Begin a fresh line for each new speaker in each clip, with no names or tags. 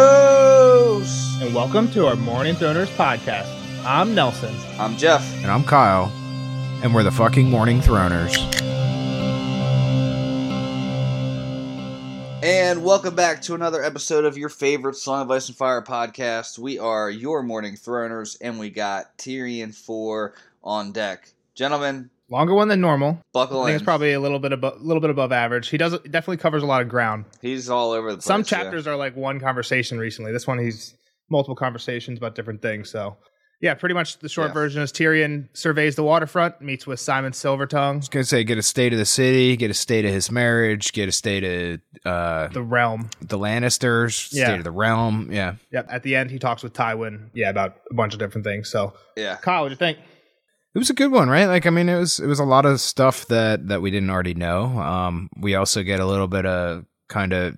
Westeros.
and welcome to our Morning Throners podcast. I'm Nelson.
I'm Jeff.
And I'm Kyle, and we're the fucking Morning Throners.
And welcome back to another episode of your favorite Song of Ice and Fire podcast. We are your morning throners, and we got Tyrion 4 on deck. Gentlemen,
Longer one than normal.
buckle
I
in.
think it's probably a little bit above, little bit above average. He does definitely covers a lot of ground.
He's all over the place.
Some
yeah.
chapters are like one conversation recently. This one he's multiple conversations about different things. So yeah, pretty much the short
Yeah.
version is Tyrion surveys the waterfront, meets with Simon Silvertongue,
I was gonna say, get a state of the city, get a state of his marriage, get a state of uh,
the realm.
the Lannisters,
Yeah.
state of the realm. Yeah,
Yep. At the end he talks with Tywin, yeah, about a bunch of different things. So
Yeah.
Kyle, what do you think?
it was a good one, right? Like, I mean, it was it was a lot of stuff that that we didn't already know. Um, we also get a little bit of kind of,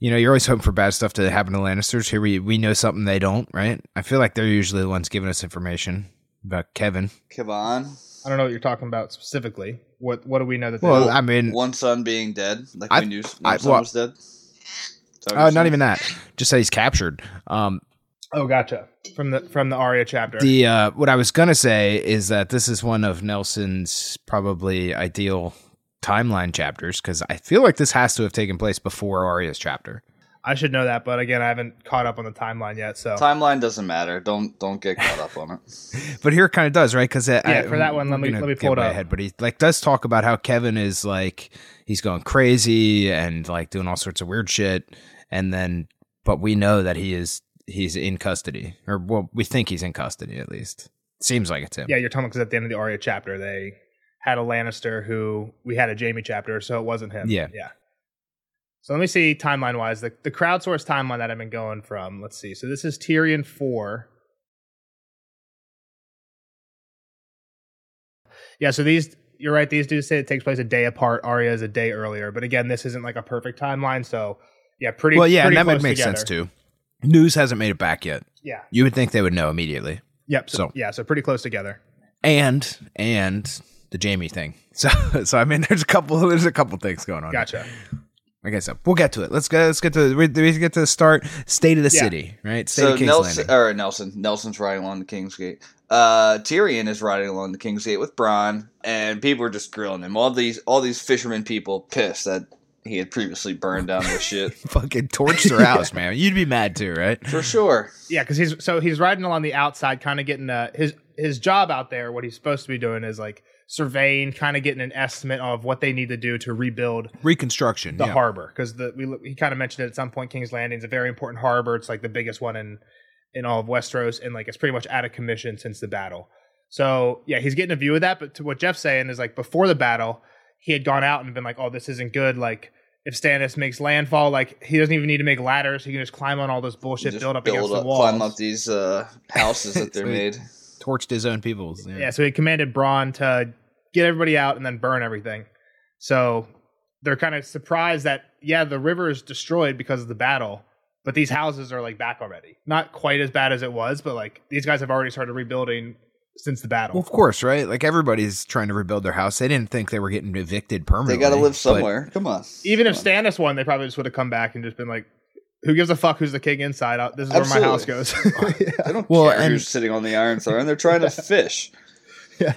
you know, you're always hoping for bad stuff to happen to Lannisters. Here we we know something they don't, right? I feel like they're usually the ones giving us information about Kevin.
I
Kevon,
don't know what you're talking about specifically. What what do we know that they-
Well, I mean,
one son being dead. Like
Mm. I-
we knew one
I-
son
well-
was dead. Is that what
uh,
you're
not
saying?
even that. Just that he's captured. Um,
Oh, gotcha. From the from the Aria chapter.
the uh, what I was gonna say is that this is one of Nelson's probably ideal timeline chapters because I feel like this has to have taken place before Arya's chapter.
I should know that, but again, I haven't caught up on the timeline yet. So
Timeline doesn't matter. Don't don't get caught up on it.
But here it kind of does, right? Because yeah,
for that one, let me- let me pull it up.
Ahead, but he like does talk about how Kevin is like he's going crazy and like doing all sorts of weird shit, and then but we know that he is he's in custody, or well, we think he's in custody at least. Seems like it's him.
yeah, you're talking because at the end of the Arya chapter, they had a Lannister who we had a Jamie chapter, so it wasn't him.
Yeah.
yeah. So let me see timeline wise the the crowdsourced timeline that I've been going from. Let's see. So this is Tyrion four. Yeah, so these you're right. These do say it takes place a day apart. Arya is a day earlier, but again, this isn't like a perfect timeline. So yeah, pretty.
well, yeah,
pretty
and that would
close
make
together.
sense too. News hasn't made it back yet.
Yeah.
You would think they would know immediately.
Yep. So,
So-
yeah, so pretty close together.
and and the Jamie thing. So so I mean, there's a couple there's a couple things going on.
Gotcha.
Okay, so we'll get to it. Let's go. Let's get to we we get to the start. State of the
Yeah.
city, right? State
so
of King's
Nelson uh,
Landing.
or Nelson. Nelson's riding along the King's Gate. Uh, Tyrion is riding along the King's Gate with Bronn, and people are just grilling him. All these all these fishermen people pissed that he had previously burned down their shit.
Fucking torched their house, man. You'd be mad too, right?
For sure.
Yeah, because he's so he's riding along the outside, kind of getting uh, his his job out there. What he's supposed to be doing is like surveying, kind of getting an estimate of what they need to do to rebuild
Reconstruction.
the
yeah.
harbor. Because the we he kind of mentioned it at some point. King's Landing is a very important harbor. It's like the biggest one in in all of Westeros, and like it's pretty much out of commission since the battle. So yeah, he's getting a view of that. But to what Jeff's saying is like before the battle, he had gone out and been like, "Oh, this isn't good." Like. If Stannis makes landfall, like he doesn't even need to make ladders, he can just climb on all this bullshit
Just
built up against the wall.
climb up these uh, houses that they're made.
Sweet. Torched his own peoples. Yeah.
Yeah, so he commanded Braun to get everybody out and then burn everything. So they're kind of surprised that yeah, the river is destroyed because of the battle, but these houses are like back already. Not quite as bad as it was, but like these guys have already started rebuilding since the battle.
Well, of course, right? Like everybody's trying to rebuild their house. They didn't think they were getting evicted permanently.
They got to live
but-
somewhere. Come on.
Even if
Come on.
Stannis won, they probably just would have come back and just been like, "Who gives a fuck? Who's the king inside? out? This is where my house goes."
they don't
Well,
care
and-
who's sitting on the Iron Throne. They're trying to fish.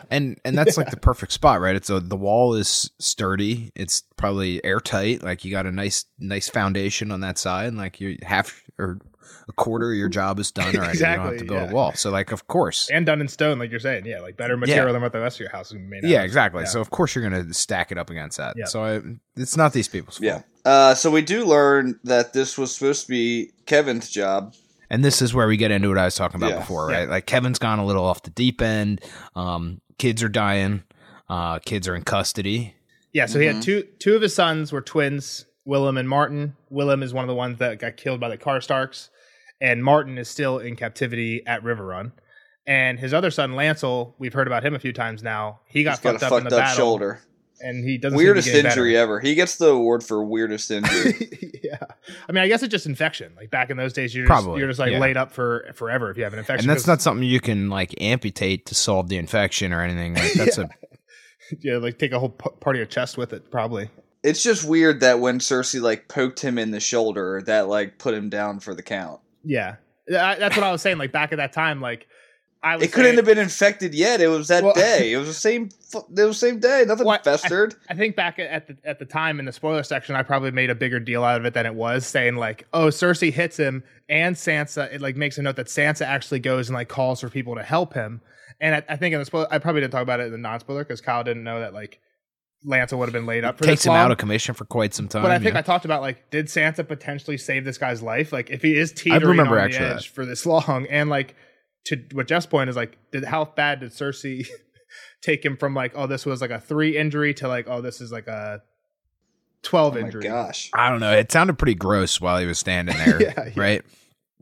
and and that's like the perfect spot right it's a the wall is sturdy it's probably airtight like you got a nice nice foundation on that side and like you half or a quarter of your job is done already you don't have to
Exactly,
build
yeah.
a wall so like of course
and done in stone, like you're saying, yeah, like better material than what the rest of your house is made out.
yeah
of.
exactly
Yeah.
so of course you're gonna stack it up against that
Yeah.
so I, it's not these people's fault
Yeah. Uh, so we do learn that this was supposed to be Kevin's job.
and this is where we get into what i was talking about
Yeah.
before
Yeah.
right like kevin's gone a little off the deep end um kids are dying uh kids are in custody
Yeah, so he
Mhm.
had two two of his sons were twins, Willem and Martin. Willem is one of the ones that got killed by the Karstarks, and Martin is still in captivity at River Run. And his other son, Lancel, we've heard about him a few times now. He got
He's got a
fucked up in
fucked
the
up
battle,
shoulder.
and he doesn't seem to be
Weirdest
getting better.
injury ever. He gets the award for weirdest injury.
yeah, I mean, I guess it's just infection. Like back in those days, you're just,
Probably,
you're just like
yeah.
laid up for forever if you have an infection.
and that's
'cause-
not something you can like amputate to solve the infection or anything like that's a
yeah, like take a whole p- part of your chest with it, probably.
It's just weird that when Cersei like poked him in the shoulder, that like put him down for the count.
Yeah, I, that's what I was saying. Like back at that time, like I was
It couldn't have been infected yet. It was that
Well-
day. It was the same. fu- It was the same day. Nothing
Well, I-
festered.
I think back at- at the at the time in the spoiler section, I probably made a bigger deal out of it than it was, saying like, "Oh, Cersei hits him, and Sansa." It like makes a note that Sansa actually goes and like calls for people to help him. And I, I think in the spoiler, I probably didn't talk about it in the non spoiler because Kyle didn't know that like Lanza would have been laid up for
Takes
this
him
long.
out of commission for quite some time.
but I think
yeah.
I talked about like, did Sansa potentially save this guy's life? Like, if he is teetering
remember
on
actually
the
that.
edge for this long, and like to what Jeff's point is like, did how bad did Cersei take him from like, oh, this was like a three injury to like, oh, this is like a twelve
Oh my
injury?
gosh.
I don't know. It sounded pretty gross while he was standing there,
Yeah, yeah.
right?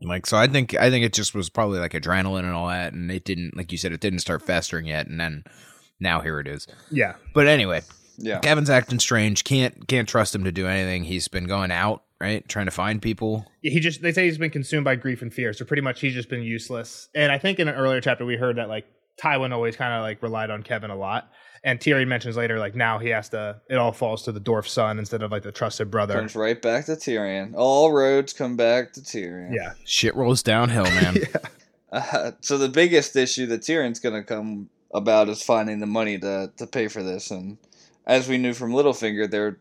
Like so, I think I think it just was probably like adrenaline and all that, and it didn't, like you said, it didn't start festering yet, and then now here it is.
Yeah,
But anyway,
Yeah.
Kevin's acting strange. Can't can't trust him to do anything. He's been going out, right, trying to find people.
he just they say he's been consumed by grief and fear, so pretty much he's just been useless. And I think in an earlier chapter we heard that like Tywin always kind of like relied on Kevin a lot. And Tyrion mentions later, like now he has to. It all falls to the dwarf son instead of like the trusted brother.
Turns right back to Tyrion. All roads come back to Tyrion.
Yeah,
Shit rolls downhill, man.
Uh, so the biggest issue that Tyrion's going to come about is finding the money to to pay for this. And as we knew from Littlefinger, there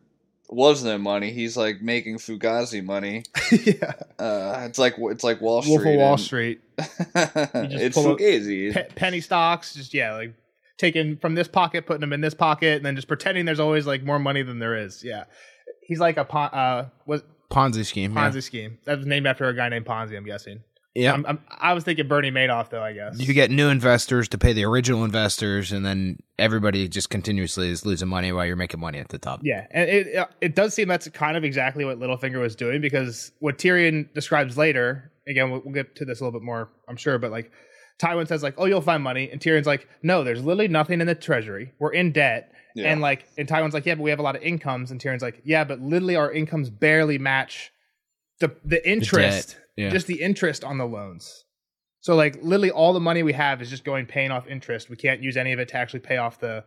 was no money. He's like making Fugazi money.
yeah.
Uh, it's like it's like Wall Street.
Wolf of Wall
and-
Street. just
it's
pull up-
Fugazi.
Pe- penny stocks, just yeah, like taking from this pocket, putting them in this pocket, and then just pretending there's always like more money than there is. Yeah, he's like a pon- uh, was
Ponzi scheme.
Ponzi
Yeah.
scheme. That was named after a guy named Ponzi. I'm guessing.
yeah.
I'm, I'm, I was thinking Bernie Madoff though. I guess.
you get new investors to pay the original investors, and then everybody just continuously is losing money while you're making money at the top.
Yeah, and it it does seem that's kind of exactly what Littlefinger was doing because what Tyrion describes later. Again, we'll, we'll get to this a little bit more, I'm sure, but like Tywin says, like, "Oh, you'll find money," and Tyrion's like, "No, there's literally nothing in the treasury. We're in debt."
Yeah.
And like, and Tywin's like, "Yeah, but we have a lot of incomes," and Tyrion's like, "Yeah, but literally our incomes barely match the the interest,
yeah.
just the interest on the loans." So like, literally all the money we have is just going paying off interest. We can't use any of it to actually pay off the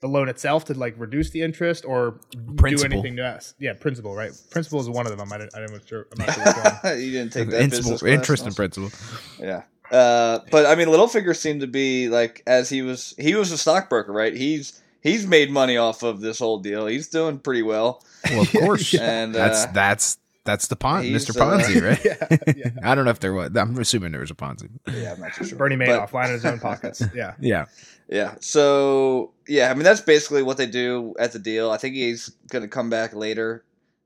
the loan itself to like reduce the interest or
Principal.
do anything to us. Yeah, principal, right? Principal is one of them. I didn't, I didn't sure. I'm not sure which one.
you didn't take that business
Principal,
class
interest in
lesson.
principal.
Yeah. Uh, but I mean, Littlefinger seemed to be like as he was he was a stockbroker, right? He's he's made money off of this whole deal. He's doing pretty well.
Well, of course,
And,
that's
uh,
that's that's the pon-
he's,
Mr. Ponzi,
uh,
right?
yeah, yeah.
I don't know if there was. I'm assuming there was a Ponzi.
Yeah, I'm not too sure.
Bernie
But-
Madoff, line in his own pockets. Yeah,
Yeah,
Yeah. So yeah, I mean that's basically what they do at the deal. I think he's gonna come back later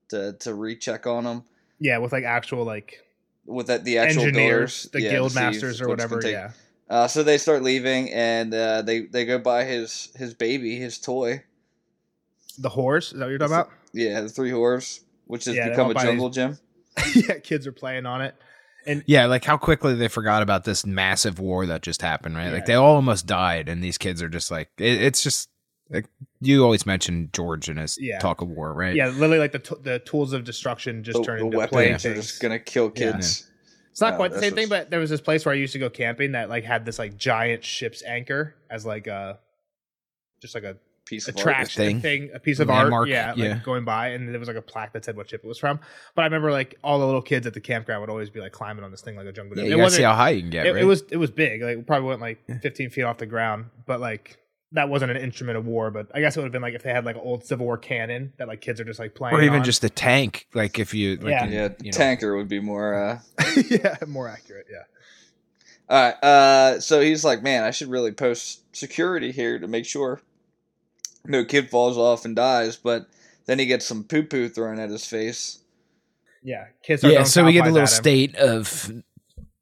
to to recheck on them
yeah, with like actual like
with that the actual
engineers,
builders,
the
yeah,
guild
to see
masters or
what's gonna
whatever.
take-
Yeah,
Uh, so they start leaving, and uh, they they go buy his his baby, his toy.
the horse. Is that what you're talking about?
Yeah, the three horse, which has
Yeah, they
become
all
a
buy
jungle gym.
yeah, kids are playing on it.
yeah. Like how quickly they forgot about this massive war that just happened, right? Like
Yeah.
they all almost died, and these kids are just like it, it's just like you always mention George and his
Yeah.
talk of war, right?
Yeah, literally like the t- the tools of destruction just
The,
turn
the
into
weapons
playing
are
things.
just gonna kill
Yeah.
kids.
It's not
Uh,
quite the
that's
same thing,
what's-
but there was this place where I used to go camping that like had this like giant ship's anchor as like a just like a
Piece
a
of
trash
art.
thing.
thing.
a piece of art,
Landmark,
yeah, like
yeah.
going by, and there was like a plaque that said what ship it was from. But I remember like all the little kids at the campground would always be like climbing on this thing like a jungle.
Yeah,
gym.
you
it
gotta see
wasn't.
how high you can get.
it,
right?
it was it was big. Like it probably went like 15 feet off the ground, but like that wasn't an instrument of war. But I guess it would have been like if they had like an old Civil War cannon that like kids are just like playing,
or even
on.
just the tank. Like if you, like,
Yeah.
you-
Yeah,
you know.
tanker would be more. Uh,
yeah, more accurate. Yeah.
All right. Uh, so he's like, man, I should really post security here to make sure no kid falls off and dies. But then he gets some poo poo thrown at his face.
Yeah, kids. Are
yeah.
throwing
So we get a
cowpies
little
at him.
state of.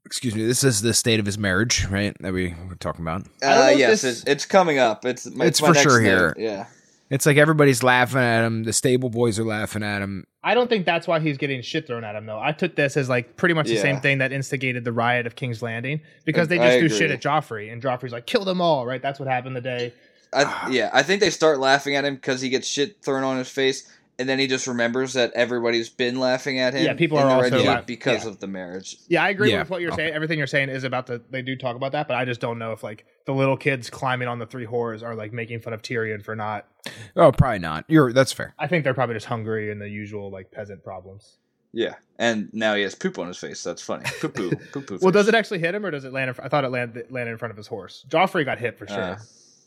Excuse me. This is the state of his marriage, right? That we were talking about.
don't know
Uh,
if
yes,
this-
it's, it's coming up. It's my,
It's
my
for
next
sure
note.
here.
Yeah.
It's like everybody's laughing at him. The stable boys are laughing at him.
I don't think that's why he's getting shit thrown at him though. I took this as like pretty much the
Yeah.
same thing that instigated the riot of King's Landing because they
I
just do
agree.
shit at Joffrey and Joffrey's like kill them all, right? That's what happened the day.
I, yeah, I think they start laughing at him because he gets shit thrown on his face, and then he just remembers that everybody's been laughing at him.
Yeah, people
in
are
the
also
Red Shield
laugh-
because
yeah.
of the marriage.
Yeah, I agree
Yeah,
with what you're
okay.
saying. Everything you're saying is about the. They do talk about that, but I just don't know if like the little kids climbing on the three whores are like making fun of Tyrion for not.
Oh, probably not. You're that's fair.
I think they're probably just hungry and the usual like peasant problems.
Yeah, and now he has poop on his face. That's funny. Poo poo poo poo.
Well, does it actually hit him or does it land? In, fr- I thought it landed landed in front of his horse. Joffrey got hit for sure
Uh.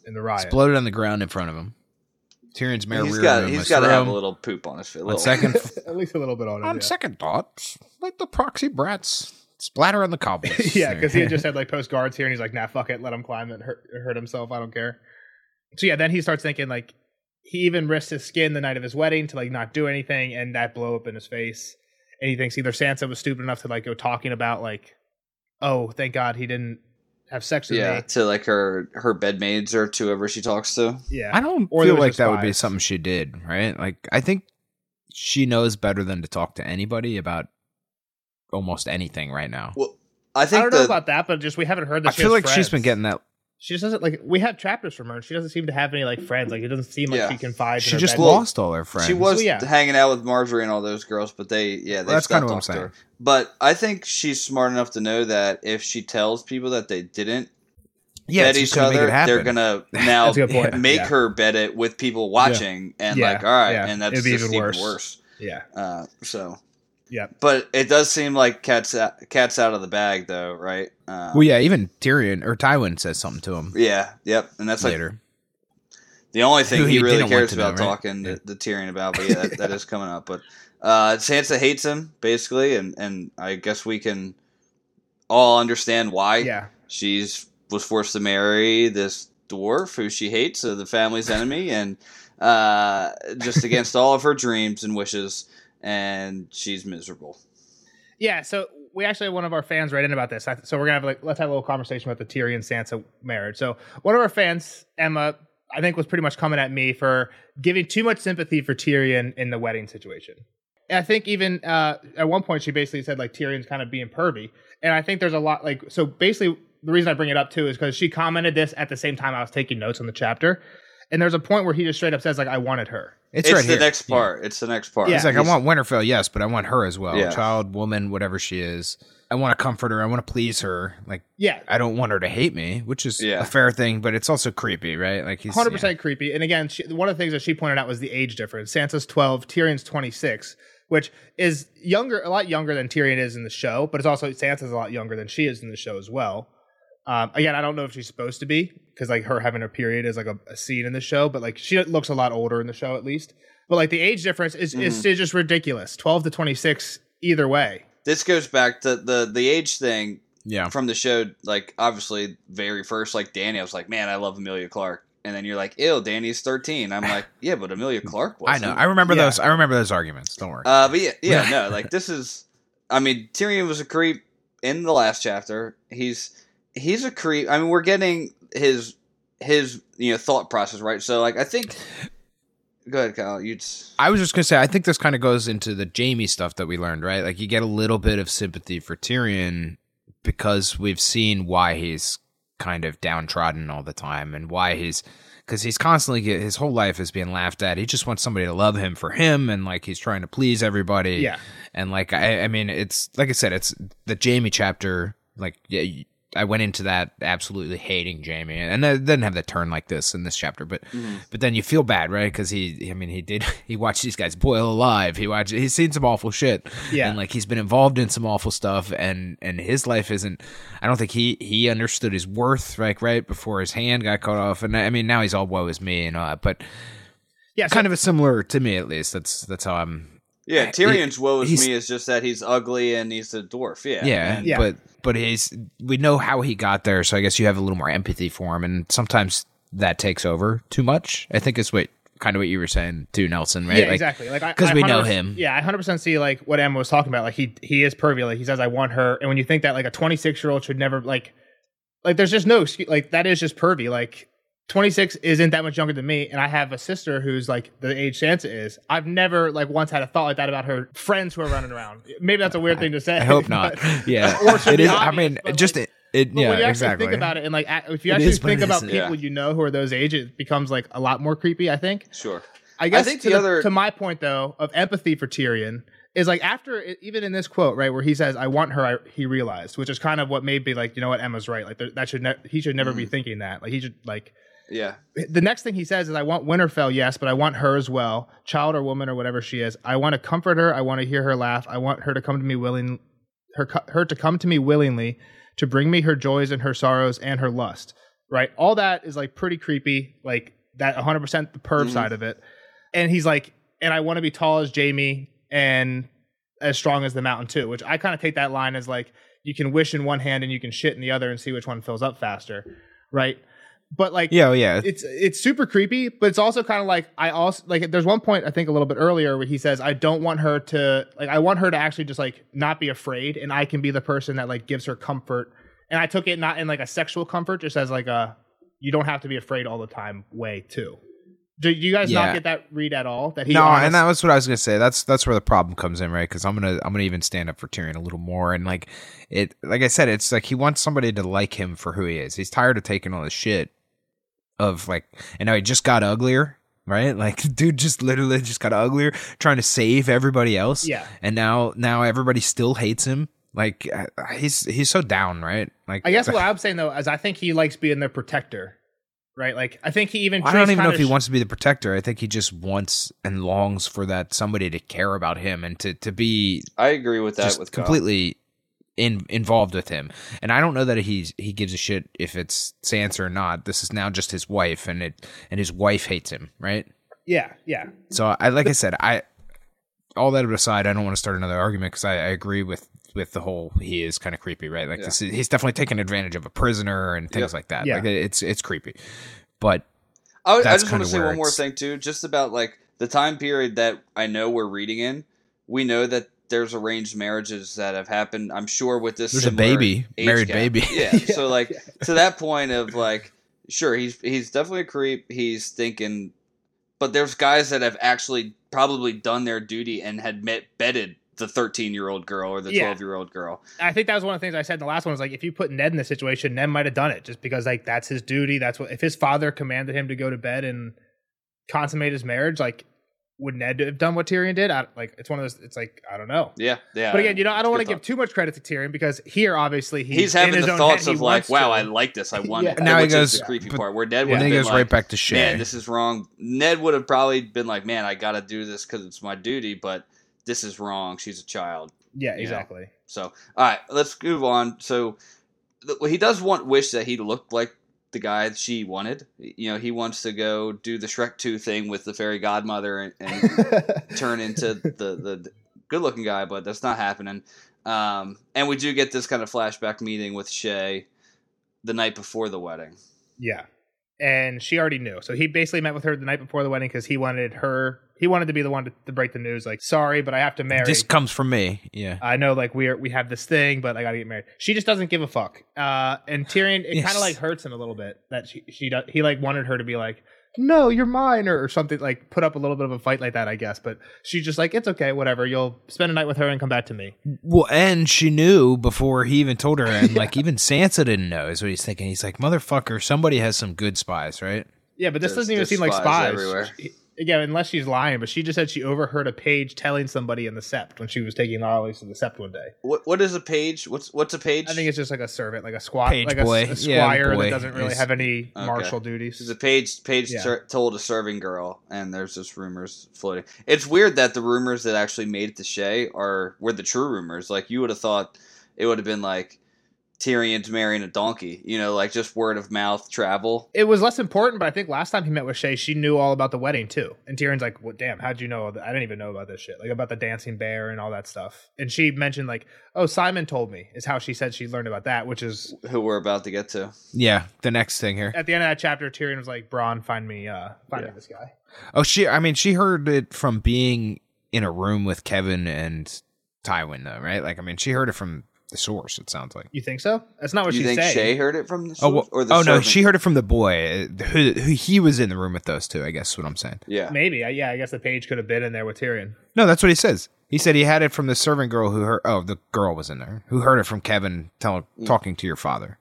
in the riot.
Exploded on the ground in front of him. Tyrion's mare
He's
reared
got
him
he's
a
got to have a
throw.
little poop on his face. a
On
little-
second,
At least a little bit on him.
on
yeah.
second thoughts, let the proxy brats splatter on the cobbles.
yeah, because he had just had like post guards here, and he's like, "Nah, fuck it, let him climb and hurt, hurt himself. I don't care." So yeah, then he starts thinking like he even risked his skin the night of his wedding to like not do anything, and that blow up in his face. And he thinks either Sansa was stupid enough to like go talking about like, "Oh, thank God he didn't have sex with
Yeah,
me."
to like her her bedmaids or to whoever she talks to.
Yeah,
I don't
Or there
feel
was
like
just
that would be
bias.
something she did, right? Like I think she knows better than to talk to anybody about almost anything right now.
Well, I
I,
think
don't
the,
know about that, but just we haven't heard that.
I
she
feel
has
like she's been
friends.
getting that.
She just doesn't like. We had chapters from her, and she doesn't seem to have any like friends. Like it doesn't seem like
Yeah.
she confides. in
She
her
just
bed-
lost all her friends.
she was
Well, yeah.
hanging out with Marjorie and all those girls, but they yeah they
That's
stopped
kind of what I'm
talking to
saying.
her. But I think she's smart enough to know that if she tells people that they didn't
yeah,
bet
it's
each
just gonna make it
other, they're
happen.
gonna now
That's a good point.
make
Yeah.
her bet it with people watching and
Yeah,
like all right,
yeah.
and that's
It'd be
just
even
even worse.
worse. Yeah.
Uh, so
Yeah.
but it does seem like cats out, cats out of the bag though, right? Uh,
Well, yeah, even Tyrion or Tywin says something to him
yeah, yep, and that's like
later.
The only thing
Who
he
he
really
didn't want
cares
to
about
know, right?
talking
Yeah.
to, to Tyrion about, but yeah, that, that is coming up. But uh, Sansa hates him basically, and and I guess we can all understand why
yeah.
she's was forced to marry this dwarf who she hates, so the family's enemy, and uh, just against all of her dreams and wishes, and she's miserable.
Yeah, so we actually had one of our fans write in about this. I- So we're gonna have like let's have a little conversation about the Tyrion Sansa marriage. So one of our fans, Emma, I think was pretty much coming at me for giving too much sympathy for Tyrion in the wedding situation. I think even uh, at one point she basically said like Tyrion's kind of being pervy, and I think there's a lot like so basically the reason I bring it up too is because she commented this at the same time I was taking notes on the chapter, and there's a point where he just straight up says like I wanted her.
It's,
It's,
right
the
here.
next
Yeah.
part. It's the next part.
Yeah.
He's like, I
He's-
want Winterfell, yes, but I want her as well.
Yeah.
Child, woman, whatever she is. I want to comfort her. I want to please her. Like,
Yeah,
I don't want her to hate me, which is
Yeah.
a fair thing, but it's also creepy, right? Like, he's
hundred
yeah.
percent creepy. And again, she, one of the things that she pointed out was the age difference. Sansa's twelve, Tyrion's twenty six, which is younger, a lot younger than Tyrion is in the show, but it's also Sansa's a lot younger than she is in the show as well. Um, again, I don't know if she's supposed to be because like her having her period is like a, a scene in the show, but like she looks a lot older in the show at least. But like the age difference is is,
Mm-hmm.
is just ridiculous. Twelve to twenty six, either way.
This goes back to the the age thing.
Yeah.
from the show, like obviously very first, like Danny, I was like, man, I love Amelia Clark, and then you're like, ew, Danny's thirteen. I'm like, yeah, but Amelia Clark was.
I know. I remember
Yeah.
those. I remember those arguments. Don't worry.
Uh, but yeah, yeah, no, like this is. I mean, Tyrion was a creep in the last chapter. He's he's a creep. I mean, we're getting his his you know thought process right. So like, I think. Go ahead, Kyle. You. just-
I was just gonna say, I think this kind of goes into the Jamie stuff that we learned, right? Like you get a little bit of sympathy for Tyrion because we've seen why he's kind of downtrodden all the time and why he's because he's constantly get, his whole life is being laughed at. He just wants somebody to love him for him, and like he's trying to please everybody.
Yeah.
and like I, I mean, it's like I said, it's the Jamie chapter. Like yeah, you- I went into that absolutely hating Jamie, and I didn't have that turn like this in this chapter, but
Mm-hmm.
but then you feel bad, right? Because he, I mean, he did. He watched these guys boil alive. He watched. He's seen some awful shit.
Yeah.
and like he's been involved in some awful stuff, and and his life isn't. I don't think he he understood his worth, like right before his hand got cut off, and I mean now he's all woe is me and all that. But
Yeah, so-
kind of a similar to me at least. That's that's how I'm.
Yeah, Tyrion's woe is
he's-
me is just that he's ugly and he's a dwarf. Yeah.
Yeah,
And-
Yeah.
but but he's we know how he got there, so I guess you have a little more empathy for him, and sometimes that takes over too much. I think is what kind of what you were saying to Nelson, right?
Yeah,
Like,
exactly. Like I-
'cause
I
we know
100%
him.
Yeah, I hundred percent see like what Emma was talking about. Like he he is pervy. Like he says, "I want her," and when you think that like a twenty six year old should never like like there's just no excuse. Like that is just pervy. Like twenty six isn't that much younger than me, and I have a sister who's like the age Sansa is. I've never like once had a thought like that about her friends who are running around. Maybe that's a weird thing to say.
I hope not.
but-
yeah,
Or to
it
be
is. I
obvious,
mean,
but,
just
like-
it. it
But
yeah,
when you actually
exactly.
think about it, and like a- if you
It
actually
is, but
think
it
about
isn't.
people you know who are those ages, it becomes like a lot more creepy. I think.
Sure.
I guess
think
to,
the
the-
other-
to my point though of empathy for Tyrion is like after even in this quote right where he says I want her I, he realized which is kind of what made me like you know what Emma's right like there, that should ne- he should never be
Mm.
thinking that like he should like
Yeah.
the next thing he says is I want Winterfell yes but I want her as well child or woman or whatever she is I want to comfort her I want to hear her laugh I want her to come to me willing her co- her to come to me willingly to bring me her joys and her sorrows and her lust right all that is like pretty creepy like that 100% the perv
Mhm.
side of it and he's like and i want to be tall as jamie and as strong as the mountain too which i kind of take that line as like you can wish in one hand and you can shit in the other and see which one fills up faster right but like
Yeah, oh, yeah.
it's it's super creepy, but it's also kind of like I also like there's one point I think a little bit earlier where he says I don't want her to like I want her to actually just like not be afraid and I can be the person that like gives her comfort. And I took it not in like a sexual comfort, just as like a you don't have to be afraid all the time way too. Do you guys
Yeah.
not get that read at all? That he
no,
honest-
and that was what I was gonna say. That's that's where the problem comes in, right? Because I'm gonna I'm gonna even stand up for Tyrion a little more, and like it, like I said, it's like he wants somebody to like him for who he is. He's tired of taking all this shit of like, and now he just got uglier, right? Like, dude, just literally just got uglier, trying to save everybody else.
yeah.
and now now everybody still hates him. Like I- I- he's he's so down, right? Like
I guess what I'm saying though is I think he likes being the protector, right? Like I think he even
I don't
treats
even know
kinda
if he
sh-
wants to be the protector. I think he just wants and longs for that somebody to care about him and to to be
I agree with that uh,
just
with Kyle.
completely in, involved with him. And I don't know that he's he gives a shit if it's Sansa or not. This is now just his wife, and it and his wife hates him, right?
yeah yeah
So I like I said, I all that aside, I don't want to start another argument because I, I agree with with the whole he is kind of creepy, right? Like
Yeah.
this is, he's definitely taking advantage of a prisoner and things like that.
Yeah.
Like it's it's creepy, but
I, I
That's
just want
kinda
to say
where
one more
it's-
thing too, just about like the time period that I know we're reading in. We know that there's arranged marriages that have happened. I'm sure with this
There's a
similar
baby,
age
married
gap.
baby.
Yeah. So like to that point of like, sure he's he's definitely a creep. He's thinking, but there's guys that have actually probably done their duty and had met bedded the 13 year old girl or the
Yeah.
12 year old girl.
I think that was one of the things I said in the last one was like if you put Ned in this situation, Ned might have done it just because like that's his duty. That's what if his father commanded him to go to bed and consummate his marriage, like would Ned have done what Tyrion did? I, like it's one of those. It's like I don't know.
Yeah. Yeah.
But again, you know, I don't want to
good
give too much credit to Tyrion because here, obviously, he's,
He's, having
in his
the
own
thoughts
head, he
of like,
wants
wow,
to.
I like this. I won.
Yeah.
it.
And now he
Which is
goes-
the creepy
but-
part where Ned
and
would
then
have
he
been
goes
like,
right back to Shay.
man, this is wrong. Ned would have probably been like, man, I got to do this because it's my duty, but this is wrong. She's a child.
yeah,
you know.
exactly.
So, all right, let's move on. So, th- he does want wish that he looked like the guy that she wanted. You know, he wants to go do the Shrek 2 thing with the fairy godmother and, and turn into the the good looking guy, but that's not happening. Um, and we do get this kind of flashback meeting with Shay the night before the wedding.
Yeah. And she already knew. So he basically met with her the night before the wedding because he wanted her, he wanted to be the one to, to break the news. Like, sorry, but I have to marry.
this comes from me. Yeah,
I know like we are we have this thing, but I gotta get married. She just doesn't give a fuck. Uh, and Tyrion, it
Yes.
kind of like hurts him a little bit that she she does, he like wanted her to be like, no, you're mine or, or something like put up a little bit of a fight like that, I guess. But she's just like, it's okay, whatever. You'll spend a night with her and come back to me.
Well, and she knew before he even told her, and like even Sansa didn't know. Is what he's thinking. He's like, motherfucker, somebody has some good spies, right?
Yeah, but this
There's-
doesn't even
there's
seem like
spies
spies.
everywhere.
She- yeah, unless she's lying. But she just said she overheard a page telling somebody in the Sept when she was taking Lollies to the Sept one day.
What what is a page? What's what's a page?
I think it's just like a servant, like a squad,
Page
like a,
boy.
a
Yeah,
squire
boy
that doesn't really
is-
have any
Okay.
martial
This
duties.
is a page page
Yeah.
tur- told a serving girl, and there's just rumors floating. It's weird that the rumors that actually made it to Shay are were the true rumors. Like you would have thought it would have been like Tyrion's marrying a donkey, you know, like just word of mouth travel.
it was less important, but I think last time he met with Shay, she knew all about the wedding too. And Tyrion's like, "Well, damn, how'd you know? all that? I didn't even know about this shit, like about the dancing bear and all that stuff." And she mentioned like, "Oh, Simon told me," is how she said she learned about that. Which is
Who we're about to get to.
Yeah. The next thing here.
at the end of that chapter, Tyrion was like, "Bronn, find me, uh, find me this guy."
Oh, she. I mean, she heard it from being in a room with Kevin and Tywin, though, right? Like, I mean, she heard it from the source. It sounds like.
You think so? That's not what
you
she's
think
saying.
Shay heard it from the
Oh,
source
well,
or the
oh no,
servant?
she heard it from the boy. uh, Who, who he was in the room with those two. I guess is what I'm saying.
yeah.
Maybe, I- yeah. I guess the page could have been in there with Tyrion.
No, that's what he says. He said he had it from the servant girl who heard. Oh, the girl was in there who heard it from Kevin tell, talking to your father.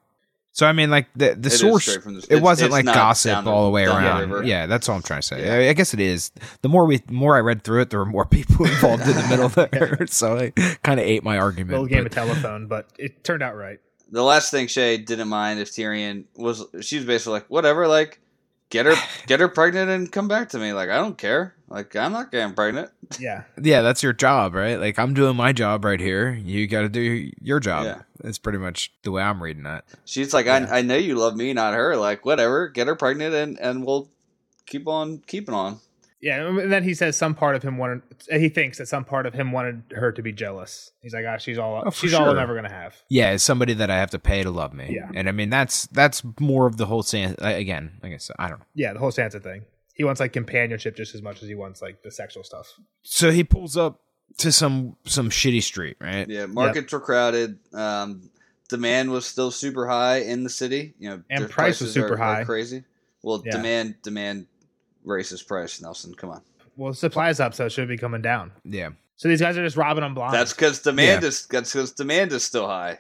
So I mean, like the the
Mm. It is
source,
straight from the-
it
it's-
wasn't
it's
like
not
gossip
down the-
all the way
down the
around.
river.
yeah, that's all I'm trying to say.
Yeah.
I, I guess it is. The more we, more I read through it, there were more people involved in the middle there, so I kind of ate my argument.
Little game
but-
of telephone, but it turned out right.
The last thing Shay didn't mind if Tyrion was she was basically like, whatever, like get her get her pregnant and come back to me. Like I don't care. Like I'm not getting pregnant.
Yeah,
yeah, that's your job, right? Like I'm doing my job right here. You got to do your job.
Yeah.
That's pretty much the way I'm reading that.
She's like, I I know you love me, not her. Like whatever, get her pregnant and and we'll keep on keeping on.
yeah. And then he says some part of him wanted. He thinks that some part of him wanted her to be jealous. He's like, ah, she's all.
Oh, for
she's all I'm
sure.
ever gonna have.
Yeah, it's somebody that I have to pay to love me.
Yeah.
and I mean that's that's more of the whole saying again. Like I said, I don't know.
Yeah, the whole Sansa thing. He wants like companionship just as much as he wants like the sexual stuff.
So he pulls up to some some shitty street, right?
Yeah, markets were crowded. Um, demand was still super high in the city. You know,
And
their
price
prices
was super
are- are
high.
crazy. Well,
Yeah.
demand demand raises price. Nelson, come on.
Well, supply's up, so it should be coming down.
Yeah.
So these guys are just robbing them blind.
That's because demand is that's because demand is still high.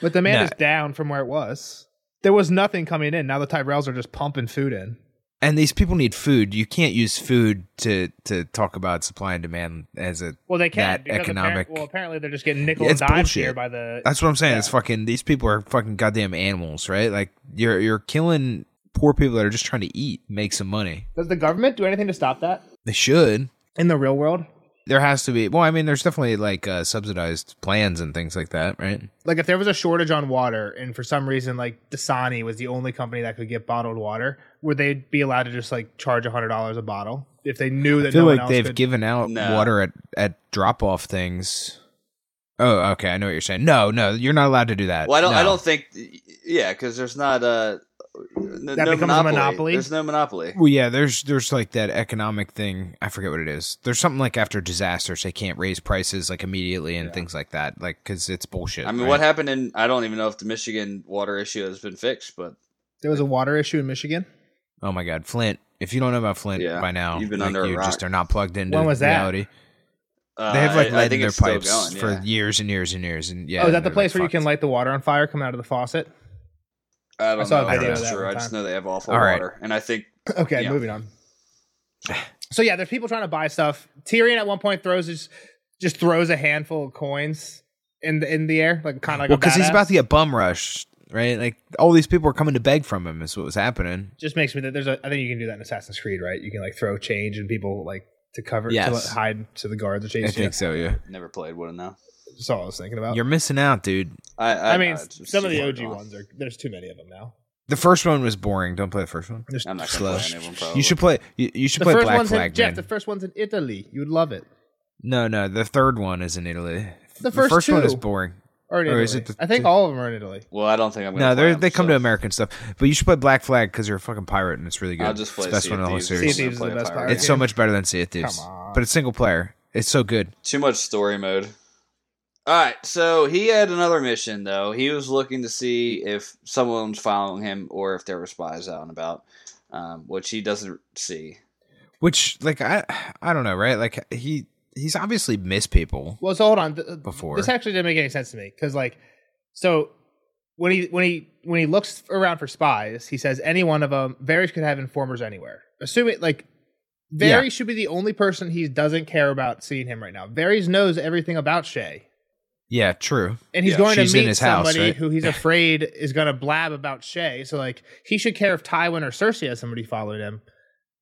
but the man
Nah.
is down from where it was. There was nothing coming in. Now the Tyrells are just pumping food in.
and these people need food. You can't use food to to talk about supply and demand as a.
Well, they
That
can't because
economic-
apparent- well, apparently they're just getting nickel and
Yeah, it's
dime
bullshit.
here by the.
That's what I'm saying. It's fucking. These people are fucking goddamn animals, right? Like you're you're killing poor people that are just trying to eat, make some money.
Does the government do anything to stop that
They should.
in the real world?
There has to be. Well, I mean, there's definitely like uh, subsidized plans and things like that, right?
Like, if there was a shortage on water, and for some reason, like Dasani was the only company that could get bottled water, would they be allowed to just like charge hundred dollars a bottle if they knew that
I feel
no one
like
else
they've
could?
given out
No.
water at at drop off things. Oh, okay. I know what you're saying. No, no, you're not allowed to do that.
Well, I don't. I
No.
don't think. Yeah, because there's not a. No,
That
no
becomes a
monopoly.
monopoly?
There's no monopoly.
Well, yeah, there's there's like that economic thing. I forget what it is. There's something like after disasters, they can't raise prices like immediately and things like that, like because it's bullshit.
I mean,
right?
what happened in? I don't even know if the Michigan water issue has been fixed, but
there was a water issue in Michigan.
Oh my god, Flint! If you don't know about Flint
Yeah,
by now,
you've been
like,
under a
you just
rock.
are not plugged into
When was that?
reality.
uh,
They have
I,
like
I
lead in
think
their
it's still
pipes
going,
for
yeah.
years and years and years. And yeah,
oh, is that the
they're,
place
like,
where you can
fucked.
light the water on fire coming out of the faucet?
I don't
I saw a
know.
video
if
of
that's
that
true.
one
I just
time.
know they have awful
All right.
water, and I think
Okay,
Yeah.
moving on. So yeah, there's people trying to buy stuff. Tyrion at one point throws just just throws a handful of coins in the in the air, like kind of like
Well,
because
because he's about to get bum rushed, right? Like all these people are coming to beg from him. Is what was happening.
Just makes me that there's a. I think you can do that in Assassin's Creed, right? You can like throw change and people like to cover to
Yes.
like, hide to the guards or
I
chase.
think so. Yeah,
never played one of them.
That's all I was thinking about.
you're Uh, missing out, dude.
I, I,
I, mean,
I just-
some of the
yeah,
OG
no.
ones are. There's too many of them now.
The first one was boring. Don't play the first one.
There's,
I'm not
Slow.
gonna play any of them. Probably.
You should play. You, you should
the
play
first
Black
one's in
Flag.
Jeff.
man.
The first one's in Italy. You would love it.
No, no, the third one is in Italy.
The first
one
two.
is boring.
Or, in
Or
Italy.
is it the-
I think
the-
all of them are in Italy.
Well, I don't think I'm. Gonna
No,
play
they
them,
they come
so
to American stuff, but you should play Black Flag because you're a fucking pirate and it's really good.
I'll just play.
it's the best
Sea
one in the
of
whole
Thieves.
series.
Sea of Thieves is the
Play a
best
pirate
part.
It's
game.
so much better than Sea of Thieves,
Come on.
but it's single player. It's so good.
Too much story mode. All right, so he had another mission though. He was looking to see if someone's following him or if there were spies out and about, um, which he doesn't see.
Which like I I don't know right like he he's obviously missed people.
Well, so hold on. Th-
Before.
this actually didn't make any sense to me because, like, so when he when he when he looks around for spies, he says any one of them. Varys could have informers anywhere. Assuming like Varys
Yeah.
should be the only person he doesn't care about seeing him right now. Varys knows everything about Shay,
Yeah, true.
and he's
Yeah.
going
She's
to
in
meet
his house,
somebody
right?
who he's afraid is going to blab about Shay. So like he should care if Tywin or Cersei has somebody following him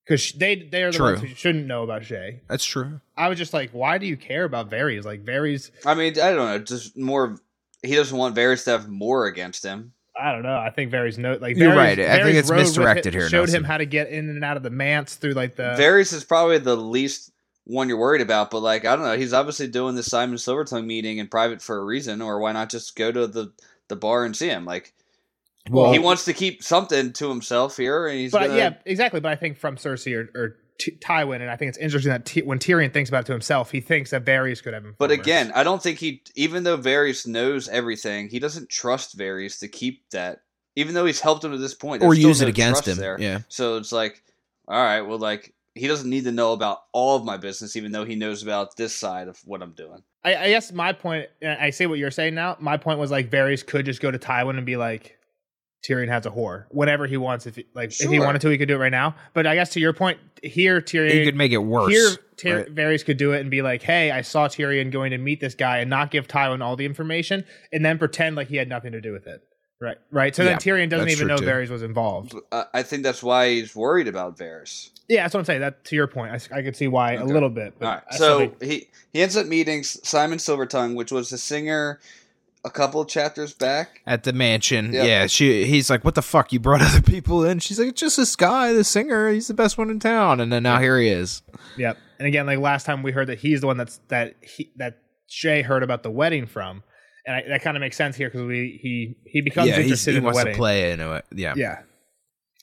because they they are the
True.
ones who shouldn't know about Shay.
That's true.
I was just like, why do you care about Varys? Like Varys.
I mean, I don't know, just more. He doesn't want Varys to have more against him.
I don't know. I think Varys no like
You're
Varys-
right. I think
Varys
it's
rode with
misdirected
him-
here,
Showed
Nelson.
him how to get in and out of the manse through like the
Varys is probably the least one you're worried about, but like I don't know, he's obviously doing this Simon Silvertongue meeting in private for a reason, or why not just go to the the bar and see him? Like
Well,
he wants to keep something to himself here, and he's
but
gonna-
yeah, exactly. But I think from Cersei or, or T- Tywin, and I think it's interesting that T- when Tyrion thinks about it to himself, he thinks that Varys could have.
But
informers.
again, I don't think he, even though Varys knows everything, he doesn't trust Varys to keep that. Even though he's helped him to this point,
or
there's still
use it
no
against
trust
him.
There.
Yeah.
So it's like, all right, well, like he doesn't need to know about all of my business, even though he knows about this side of what I'm doing.
I, I guess my point, and I see what you're saying now. My point was like Varys could just go to Tywin and be like, Tyrion has a whore whenever he wants. If he, like if he
Sure.
wanted to, he could do it right now. But I guess to your point, here Tyrion
You could make it worse.
here Tyr-
right?
Varys could do it and be like, "Hey, I saw Tyrion going to meet this guy and not give Tywin all the information, and then pretend like he had nothing to do with it." Right, right. So
Yeah,
then Tyrion doesn't
that's
even know
true, too.
Varys was involved.
I, I think that's why he's worried about Varys.
Yeah, that's what I'm saying. That to your point, I, s- I could see why a
Okay.
little bit. But
All right.
I still
So
think-
he he ends up meeting S- Simon Silvertongue, which was the singer a couple of chapters back.
at the mansion.
Yeah.
Yeah, she he's like, "What the fuck? You brought other people in?" She's like, "It's "Just this guy, the singer. He's the best one in town." And then now here he is.
yep. And again, like last time, we heard that he's the one that's that he that Shay heard about the wedding from, and I, that kind of makes sense here because we he he becomes
yeah, he's,
interested
he
in the
wants
wedding.
to play into it. Yeah,
Yeah.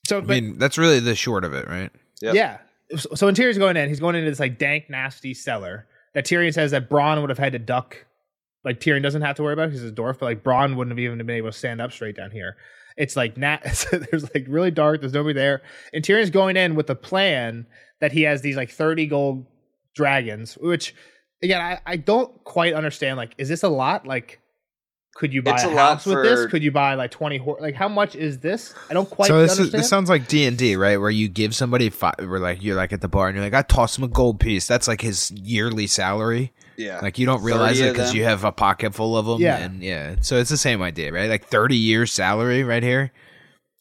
So,
I
but
mean, that's really the short of it, right?
Yep.
Yeah. So, so when Tyrion's going in, he's going into this like dank, nasty cellar that Tyrion says that Braun would have had to duck. Like Tyrion doesn't have to worry about because he's a dwarf, but like Braun wouldn't have even been able to stand up straight down here. It's like nat. so there's like really dark. There's nobody there, and Tyrion's going in with a plan that he has these like 30 gold dragons, which again I, I don't quite understand. Like, is this a lot? Like, could you buy
It's
a,
a lot
house with this?
for-
Could you buy like 20? Hor- like, how much is this? I don't quite.
so this is,
understand.
this sounds like D and D, right? Where you give somebody five, where like you're like at the bar and you're like, "I toss him a gold piece." That's like his yearly salary.
Yeah.
Like you don't realize
30
it
of
because
them.
you have a pocket full of them.
Yeah.
and yeah. So it's the same idea, right? Like thirty years salary right here.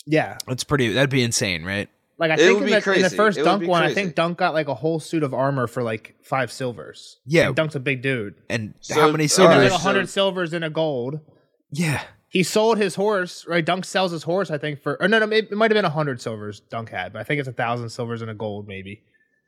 yeah.
That's pretty. That'd be insane, right?
Like I
It
think
would
in
be
the, in the
crazy.
first
It would
dunk
be
one, I
crazy.
think Dunk got like a whole suit of armor for like five silvers.
Yeah.
Like, Dunk's a big dude.
And
So-
how many
All
And
right,
then,
silvers?
like a hundred
so-
silvers in a gold.
Yeah.
He sold his horse, right? Dunk sells his horse, I think, for or no, no, it, it might have been a hundred silvers Dunk had, but I think it's a thousand silvers and a gold, maybe.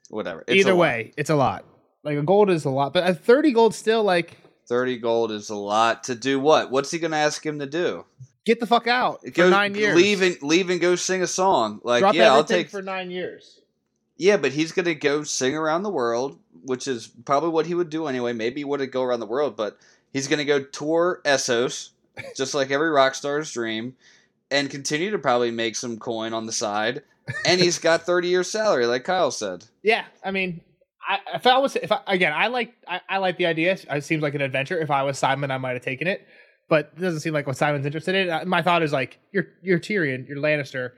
Whatever. It's a
Either
lot.
way, it's a lot. Like a gold is a lot, but a thirty gold still like
thirty gold is a lot to do. What? What's he gonna ask him to do?
get the fuck out
Go-
for nine years.
Leave and leave and go sing a song. Like
Drop
yeah, I'll
everything
take.
for nine years.
Yeah, but he's gonna go sing around the world, which is probably what he would do anyway. Maybe he wouldn't go around the world, but he's gonna go tour Essos, just like every rock star's dream, and continue to probably make some coin on the side. And he's got thirty years salary, like Kyle said.
Yeah, I mean, I, if I was, if I, again, I like, I, I like the idea. It seems like an adventure. If I was Simon, I might have taken it, but it doesn't seem like what Simon's interested in. Uh, My thought is like, you're, you're Tyrion, you're Lannister.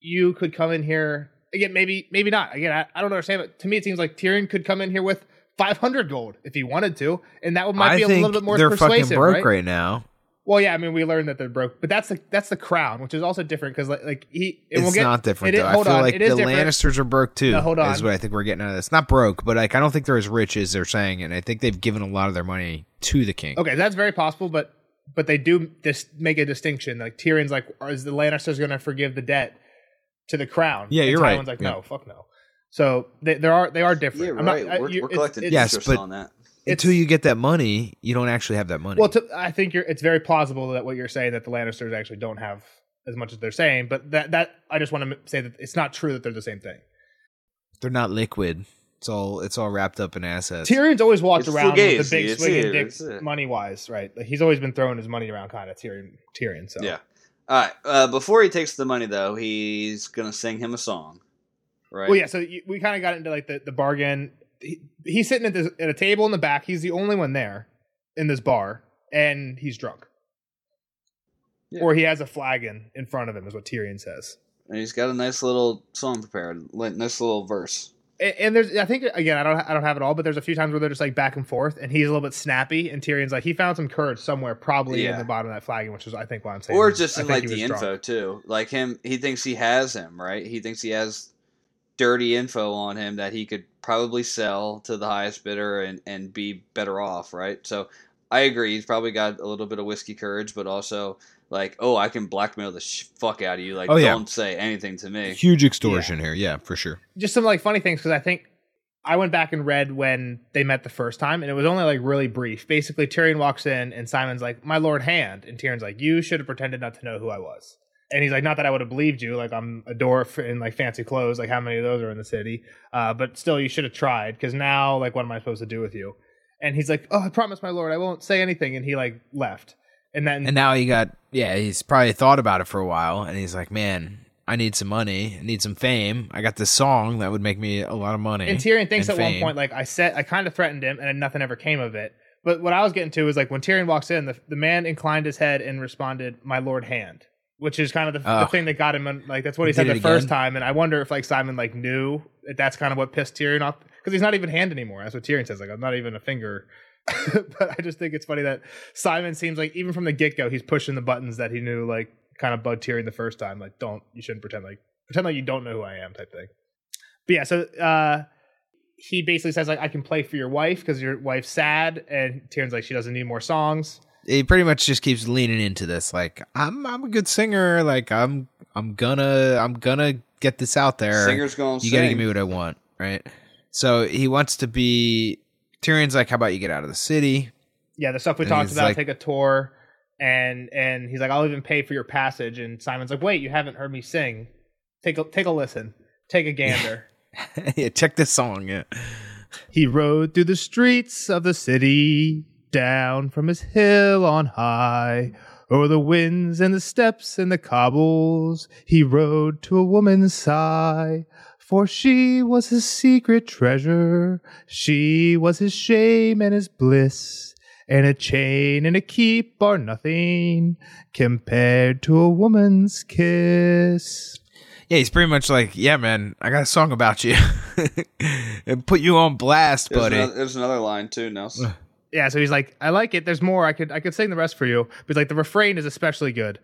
You could come in here again, maybe, maybe not. Again, I, I don't understand. But to me, it seems like Tyrion could come in here with 500 gold if he wanted to, and that would might
I
be a
think
little bit more
they're
persuasive,
fucking broke
right?
right, now.
Well, yeah, I mean, we learned that they're broke, but that's the that's the crown, which is also different because like, like he, and
It's
we'll get,
not different.
it is-
though.
hold
I feel
on,
like
it is
the
different.
Lannisters are broke too.
No, hold
Is
on.
what I think we're getting out of this. Not broke, but like I don't think they're as rich as they're saying, and I think they've given a lot of their money to the king.
Okay, that's very possible, but but they do dis- make a distinction. Like Tyrion's like, "Are- is the Lannisters going to forgive the debt to the crown?
Yeah,
And
you're right.
Tywin's like,
Yeah.
no, fuck no. So they, there are they are different.
Yeah,
I'm not-
right.
I-
we're,
you-
we're
it's-
collecting
it's-
Yes,
interest
but-
on that.
Until
it's-
you get that money, you don't actually have that money.
Well, to, I think you're. It's very plausible that what you're saying that the Lannisters actually don't have as much as they're saying. But that that I just want to say that it's not true that they're the same thing.
they're not liquid. It's all it's all wrapped up in assets.
Tyrion's always walked
It's
around with
fugazi,
the big
it's
swinging
it,
dick,
it's it.
money wise, right? Like, he's always been throwing his money around, kind of Tyrion. Tyrion. So
Yeah. All right. Uh, before he takes the money, though, he's gonna sing him a song, right?
Well, yeah. So you, we kind of got into like the, the bargain. He, he's sitting at, this, at a table in the back. He's the only one there in this bar, and he's drunk.
Yeah.
Or he has a flagon in front of him, is what Tyrion says.
And he's got a nice little song prepared, like nice little verse.
And, and there's, I think, again, I don't, I don't have it all, but there's a few times where they're just like back and forth, and he's a little bit snappy, and Tyrion's like, he found some courage somewhere, probably in
Yeah.
the bottom of that flagon, which is, I think, why I'm saying,
or
he-
just
I
in
think
like
he
the
was drunk.
info too like him he thinks he has him right he thinks he has dirty info on him that he could probably sell to the highest bidder and and be better off right so i agree he's probably got a little bit of whiskey courage but also like oh i can blackmail the sh- fuck out of you like
Oh, yeah.
don't say anything to me
Huge extortion here, yeah, for sure.
just some like funny things because I think I went back and read when they met the first time, and it was only like really brief. Basically, Tyrion walks in, and Simon's like, "My Lord Hand," and Tyrion's like, "You should have pretended not to know who I was." And he's like, "Not that I would have believed you. Like I'm a dwarf in like fancy clothes. Like how many of those are in the city? Uh, but still, you should have tried because now, like, what am I supposed to do with you?" And he's like, "Oh, I promise, my lord, I won't say anything." And he like left. And then
And now he got yeah, he's probably thought about it for a while and he's like, Man, I need some money, I need some fame. I got this song that would make me a lot of money.
And Tyrion thinks
and
at
fame.
one point, like I said, I kind of threatened him, and nothing ever came of it. But what I was getting to is like when Tyrion walks in, the, the man inclined his head and responded, "My lord, hand." which is kind of the,
Oh.
the thing that got him. In, like that's what he
He
said
did
the
it
first
again?
time, and I wonder if like Simon like knew that that's kind of what pissed Tyrion off because he's not even hand anymore. That's what Tyrion says. Like I'm not even a finger. but I just think it's funny that Simon seems like even from the get go he's pushing the buttons that he knew like kind of bugged Tyrion the first time. Like don't you shouldn't pretend like pretend like you don't know who I am type thing. But yeah, so uh he basically says like I can play for your wife because your wife's sad, and Tyrion's like she doesn't need more songs.
He pretty much just keeps leaning into this. Like I'm, I'm a good singer. Like I'm, I'm gonna, I'm gonna get this out there.
Singer's going to
you
sing.
gotta give me what I want, right? So he wants to be. Tyrion's like, how about you get out of the city?
Yeah, the stuff we
And
talked
he's
about,
like-
take a tour, and and he's like I'll even pay for your passage, and Simon's like wait you haven't heard me sing, take a take a listen, take a gander.
yeah, check this song. Yeah.
He rode through the streets of the city, down from his hill on high. O'er the winds and the steps and the cobbles, he rode to a woman's sigh. For she was his secret treasure, she was his shame and his bliss. And a chain and a keep are nothing compared to a woman's kiss.
Yeah, he's pretty much like, yeah, man, I got a song about you, and put you on blast,
There's,
buddy.
ano- there's another line too, Nelson.
yeah, so he's like, I like it. There's more. I could I could sing the rest for you. But he's like the refrain is especially good.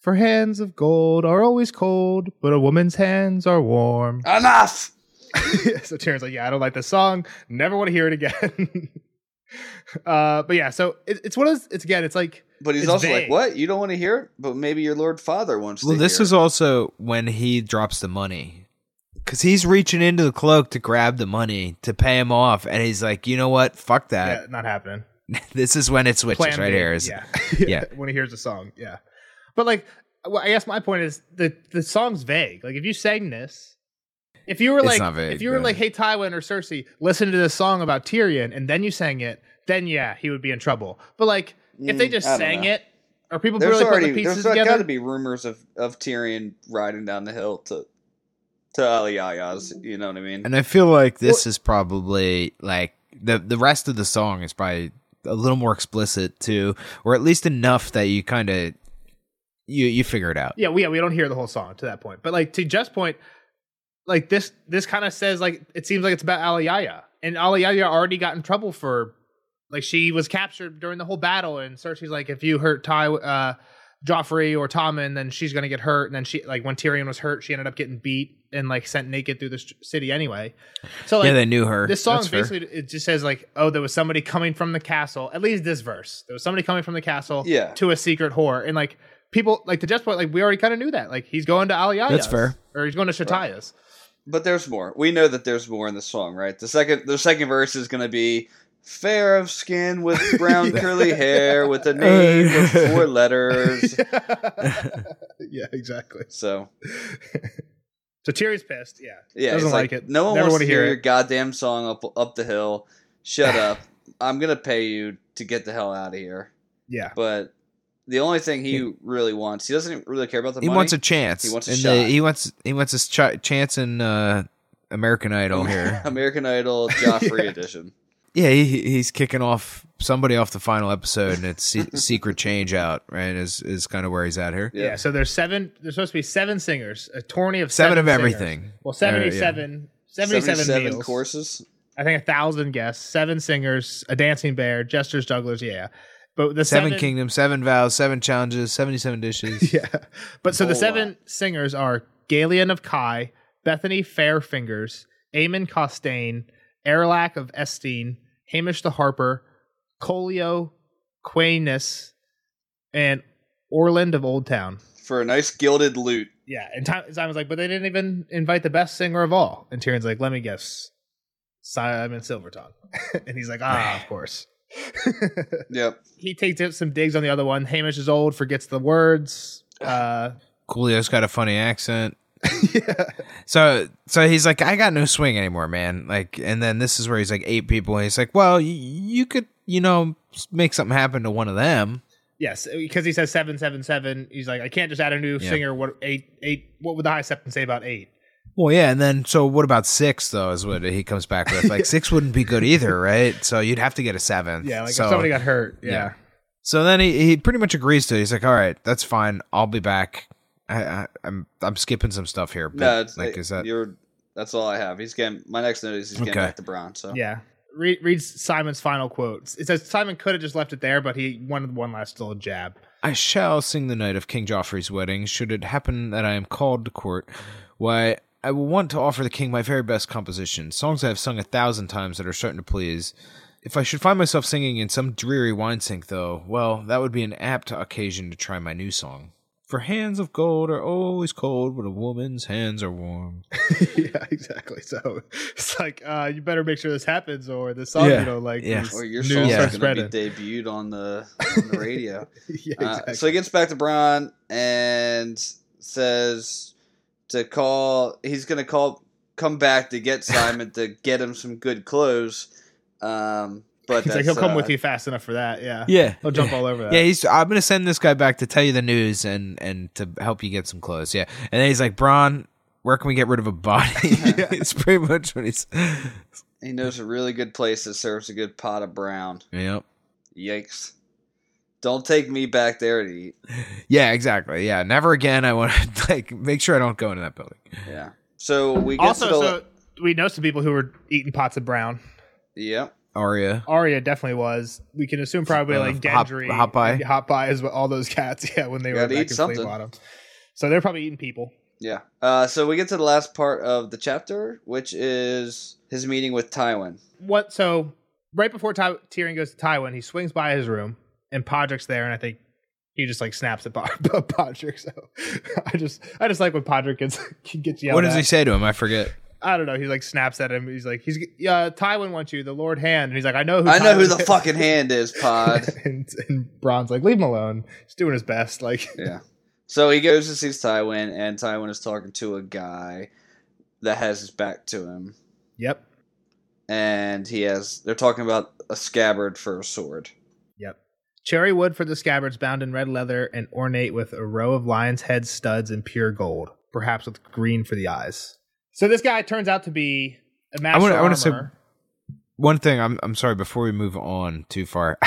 For hands of gold are always cold, but a woman's hands are warm.
Enough.
so Taryn's like, yeah, I don't like this song. Never want to hear it again. uh, but yeah, so it, it's one of those, it's again, it's like
But he's
It's
also like,
vague.
"What? You don't want to hear it? But maybe your Lord Father wants
well,
to."
this
hear
is also when he drops the money, because he's reaching into the cloak to grab the money to pay him off, and he's like, you know what? Fuck
yeah,
that.
not happening.
This is when it switches
Plan
right
B,
here. Is
yeah.
Yeah.
when he hears the song, yeah. But like, well, I guess my point is the the song's vague. Like, if you sang this, if you were
It's
like,
not vague,
if you were
yeah.
like, hey Tywin or Cersei, listen to this song about Tyrion, and then you sang it, then yeah, he would be in trouble. But like, if they
Mm,
just
I don't
sang
know.
it, are people
There's
really
already
putting the
there's
pieces
got
together?
to be rumors of of Tyrion riding down the hill to to Ali Yaya's. You know what I mean?
And I feel like this is probably like the the rest of the song is probably a little more explicit too, or at least enough that you kind of you you figure it out.
yeah, we yeah, we don't hear the whole song to that point. But like to Jeff's point, like this this kind of says like it seems like it's about Aliyah. And Aliyah already got in trouble for like she was captured during the whole battle and Cersei's like if you hurt Ty uh Joffrey or Tommen then she's going to get hurt and then she like when Tyrion was hurt she ended up getting beat and like sent naked through the st- city anyway. So like
yeah, they knew her.
this song
That's fair.
basically it just says like, oh, there was somebody coming from the castle. At least this verse, there was somebody coming from the castle
Yeah.
to a secret whore, and like people like to Jeff's point, like we already kind of knew that. Like he's going to Aliya's.
That's fair.
or he's going to Shataya's.
But there's more. We know that there's more in the song, right? The second the second verse is going to be fair of skin with brown curly hair with a name with four letters.
yeah, exactly.
So
So Tyrion's pissed. Yeah,
yeah,
Doesn't
it's
like it.
No one
Never
wants
wanna
to hear,
hear
your
it.
goddamn song up up the hill. Shut up. I'm gonna pay you to get the hell out of here.
yeah.
But the only thing he really wants, he doesn't really care about the
he
money.
wants a chance.
He wants a
and
shot.
they- he wants he wants his ch- chance in uh, American Idol here.
American Idol Joffrey edition.
yeah, he, he's kicking off somebody off the final episode, and it's se- secret change out. Right is is kind of where he's at here.
Yeah.
Yeah. so there's seven. There's supposed to be seven singers, a tourney of
Seven,
seven,
of
singers.
everything.
Well,
Or, yeah.
seventy-seven, seventy-seven
77
meals.
courses.
I think a thousand guests, seven singers, a dancing bear, jesters, jugglers. Yeah, but the
Seven,
seven
kingdoms, seven vows, seven challenges, seventy-seven dishes.
Yeah. But so the
Whole lot.
seven singers are Galen of Kai, Bethany Fairfingers, Amon Costain, Erlach of Estine, Hamish the Harper, Colio Quainus, and Orland of Old Town.
for a nice gilded loot.
Yeah. And Ty- Simon's like, but they didn't even invite the best singer of all. And Tyrion's like, let me guess. Simon Silverton. and he's like, ah, of course.
Yep.
he takes out some digs on the other one. Hamish is old, forgets the words. Uh,
Coolio's got a funny accent.
yeah.
So so he's like, I got no swing anymore, man. Like, and then this is where he's like eight people, and he's like, well, y- you could, you know, s- make something happen to one of them.
Yes, because he says seven seven seven. He's like, I can't just add a new
Yeah.
singer. What eight eight? What would the high septon say about eight?
Well, yeah, and then so what about six though? Is what he comes back with. Like six wouldn't be good either, right? So you'd have to get a seventh.
Yeah, like
so,
if somebody got hurt. Yeah,
yeah. So then he, he pretty much agrees to it. He's like, all right, that's fine. I'll be back. I, I, I'm I'm skipping some stuff here. But,
No, it's
like is that
you're. That's all I have. He's getting my next note is he's getting
Okay.
back to Braun. So
Yeah. Read, read Simon's final quote. It says Simon could have just left it there, but he wanted one last little jab.
I shall sing the night of King Joffrey's wedding, should it happen that I am called to court. Why, I will want to offer the king my very best composition, songs I have sung a thousand times that are certain to please. If I should find myself singing in some dreary wine sink, though, well, that would be an apt occasion to try my new song. For hands of gold are always cold, but a woman's hands are warm.
yeah, exactly. So it's like uh, you better make sure this happens, or the song
Yeah.
you know, like
Yeah.
is-
or your
news
song's
Yeah.
are
is going to
spreaded.
be debuted on the on the radio.
yeah,
Uh,
exactly.
so he gets back to Braun and says to call. He's gonna call, come back to get Simon to get him some good clothes. Um, but
He's like,
that's,
he'll come
uh,
with you fast enough for that. Yeah,
Yeah.
he'll jump all over that.
Yeah, he's. I'm gonna send this guy back to tell you the news and and to help you get some clothes. Yeah, and then he's like, Braun, where can we get rid of a body? it's pretty much what he's.
He knows a really good place that serves a good pot of brown.
Yep.
Yikes! Don't take me back there to eat.
Yeah, exactly. Yeah, never again. I want to like make sure I don't go into that building.
Yeah. So we get
also,
to the,
so we know some people who were eating pots of brown.
yeah.
Aria.
Arya definitely was. We can assume probably
Uh,
like
hop-
Gendry,
hop by.
maybe hop by is what all those cats. Yeah, when they were
Gotta eat
back in
something.
Fleet Bottom. So they're probably eating people.
Yeah. Uh, so we get to the last part of the chapter, which is his meeting with Tywin.
What? So right before Ty- Tyrion goes to Tywin, he swings by his room and Podrick's there, and I think he just like snaps at Pod- Podrick. So I just, I just like when Podrick gets gets yelled.
what does
at.
he say to him? I forget.
I don't know. He like snaps at him. He's like, he's uh, Tywin wants you, the Lord Hand, and he's like, I know who.
I know who
Tywin
the
is."
fucking hand is, Pod.
and, and Bron's like, leave him alone. He's doing his best. Like,
Yeah. So he goes and sees Tywin, and Tywin is talking to a guy that has his back to him,
yep,
and he has. They're talking about a scabbard for a sword.
yep. Cherry wood for the scabbards, bound in red leather and ornate with a row of lion's head studs in pure gold, perhaps with green for the eyes. So this guy turns out to be a master
wanna- I wanna say-
armorer.
One thing. I'm I'm sorry. Before we move on too far.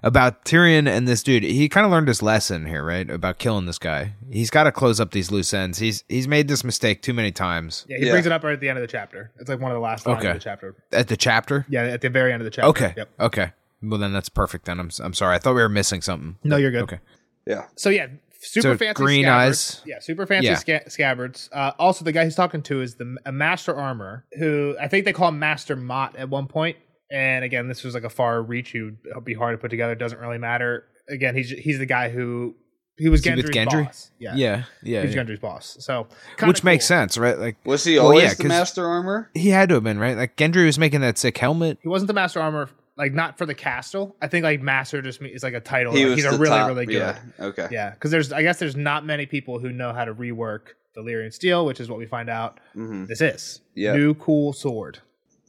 About Tyrion and this dude, he kind of learned his lesson here, right? About killing this guy. He's got to close up these loose ends. He's he's made this mistake too many times
yeah, he
Yeah.
brings it up right at the end of the chapter. It's like one of the last lines
Okay.
of the chapter.
at the chapter.
Yeah, at the very end of the chapter.
Okay.
Yep.
Okay. Well, then that's perfect. Then I'm I'm sorry. I thought we were missing something.
No, you're good.
Okay.
Yeah.
So yeah, super
So
fancy
green
scabbards.
eyes.
Yeah, super fancy
Yeah.
sca- scabbards. Uh, also, the guy he's talking to is the a master armor who I think they call him Master Mott at one point. And again, this was like a far reach. He would uh, be hard to put together. Doesn't really matter. Again, he's he's the guy who he was
Is he
Gendry's
with Gendry?
boss. Yeah,
Yeah. Yeah.
he was
yeah.
Gendry's boss. So
Which makes
sense.
sense, right? Like
Was he
Well,
always
yeah,
the
'cause-
master armor?
he had to have been, right? Like Gendry was making that sick helmet.
He wasn't the master armor like not for the castle. I think like master just means is like a title.
He
Like,
was
he's a
the
really
top.
really good.
Yeah. Okay.
Yeah, because there's I guess there's not many people who know how to rework Valyrian steel, which is what we find out
hmm
this is.
Yeah.
New cool sword.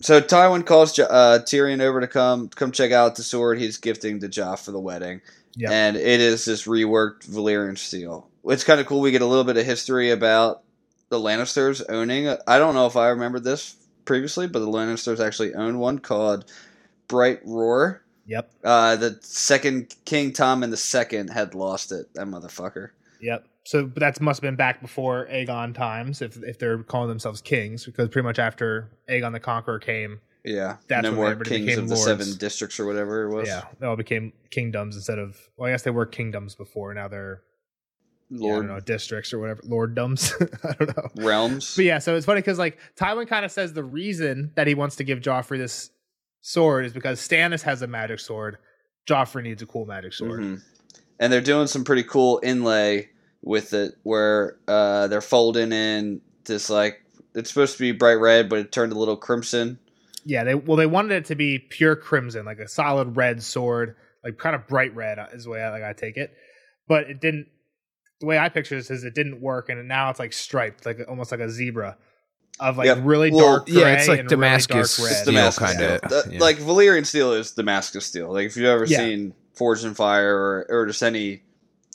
So Tywin calls Jo- uh, Tyrion over to come come check out the sword he's gifting to Joff for the wedding,
Yeah.
and it is this reworked Valyrian steel. It's kind of cool. We get a little bit of history about the Lannisters owning. I don't know if I remembered this previously, but the Lannisters actually owned one called Bright Roar.
Yep.
Uh, the second King Tom and the second had lost it. That motherfucker.
Yep. So but that must have been back before Aegon times, if if they're calling themselves kings, because pretty much after Aegon the Conqueror came,
Yeah,
That's
no
when
more
everybody
kings
became
of the
lords.
seven districts or whatever it was.
yeah, they all became kingdoms instead of well, I guess they were kingdoms before. Now they're yeah, I
Lord
don't know districts or whatever, lorddoms. I don't know.
realms.
But yeah, so it's funny because like Tywin kind of says the reason that he wants to give Joffrey this sword is because Stannis has a magic sword. Joffrey needs a cool magic sword.
Mhm. And they're doing some pretty cool inlay with it where uh, they're folding in this like it's supposed to be bright red, but it turned a little crimson.
Yeah, they well they wanted it to be pure crimson, like a solid red sword, like kind of bright red uh, is the way I, like I take it. But it didn't. The way I picture this is it didn't work, and now it's like striped, like almost like a zebra, of like
Yep.
really
Well,
dark. Gray
yeah, it's like
and
Damascus
Really dark
It's
red.
steel
Damascus
kinda,
steel. The-
yeah.
Like Valyrian steel is Damascus steel. Like if you've ever
Yeah.
seen Forge and Fire or, or just any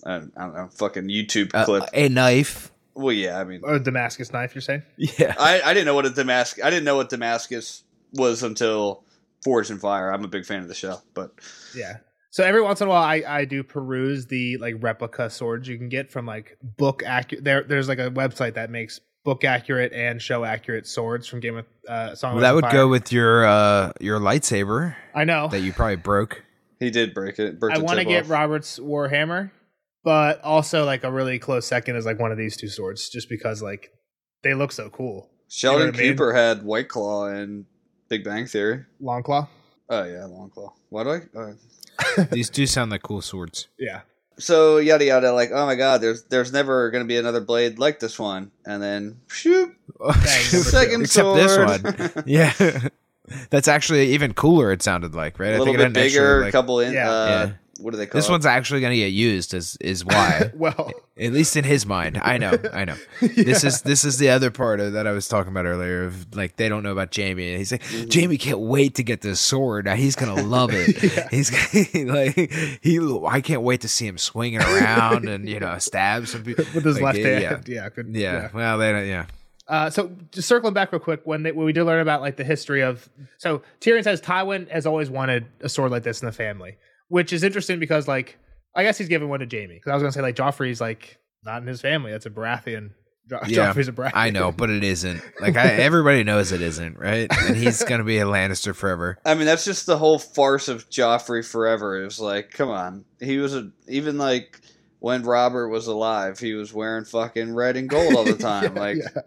I don't, I don't know fucking YouTube
Uh,
clip.
a knife.
well, yeah, I mean,
Or Damascus knife, you're saying?
Yeah.
I, I didn't know what a Damascus I didn't know what Damascus was until Forge and Fire. I'm a big fan of the show, but
Yeah. So every once in a while, I, I do peruse the like replica swords you can get from like book accurate. There, there's like a website that makes book accurate and show accurate swords from Game of uh, Song. of
Well,
Ice and
that would
Fire.
go with your uh your lightsaber
I know.
that you probably broke.
He did break it. Broke
I
the
want to
tip
get
off.
Robert's Warhammer, but also like a really close second is like one of these two swords, just because like they look so cool.
Sheldon
you know what I mean?
Cooper had White Claw and Big Bang Theory.
Long claw.
Oh yeah, Long Claw. Why do I? Uh,
These do sound like cool swords.
Yeah.
so yada yada. Like oh my god, there's there's never gonna be another blade like this one. And then shoot,
number two.
second
Except this
sword.
one. Yeah. That's actually even cooler. It sounded like right.
a little bit
it had an extra,
bigger,
like-
couple in.
Yeah.
Uh,
Yeah.
What do they call
this
it?
one's actually going to get used. Is is why?
Well.
At least in his mind. I know. I know. This
yeah.
is this is the other part of, that I was talking about earlier. Of like they don't know about Jamie, and he's like,
Mm.
Jamie can't wait to get this sword. Now he's gonna love it.
Yeah.
He's gonna- like he. I can't wait to see him swing it around and you know stab some people
with his
Like,
left
yeah,
hand. Yeah. good.
Yeah. yeah. Well, they don't. Yeah.
Uh, so just circling back real quick, when, they, when we did learn about like the history of, so Tyrion says Tywin has always wanted a sword like this in the family, which is interesting because like I guess he's giving one to Jamie. Because I was gonna say like Joffrey's like not in his family. That's a Baratheon. Jo-
Yeah,
Joffrey's a Baratheon.
I know, but it isn't. Like I, everybody knows it isn't, right? And he's gonna be a Lannister forever.
I mean, that's just the whole farce of Joffrey forever. It was like, come on. He was a, even like when Robert was alive, he was wearing fucking red and gold all the time.
Yeah,
like,
yeah.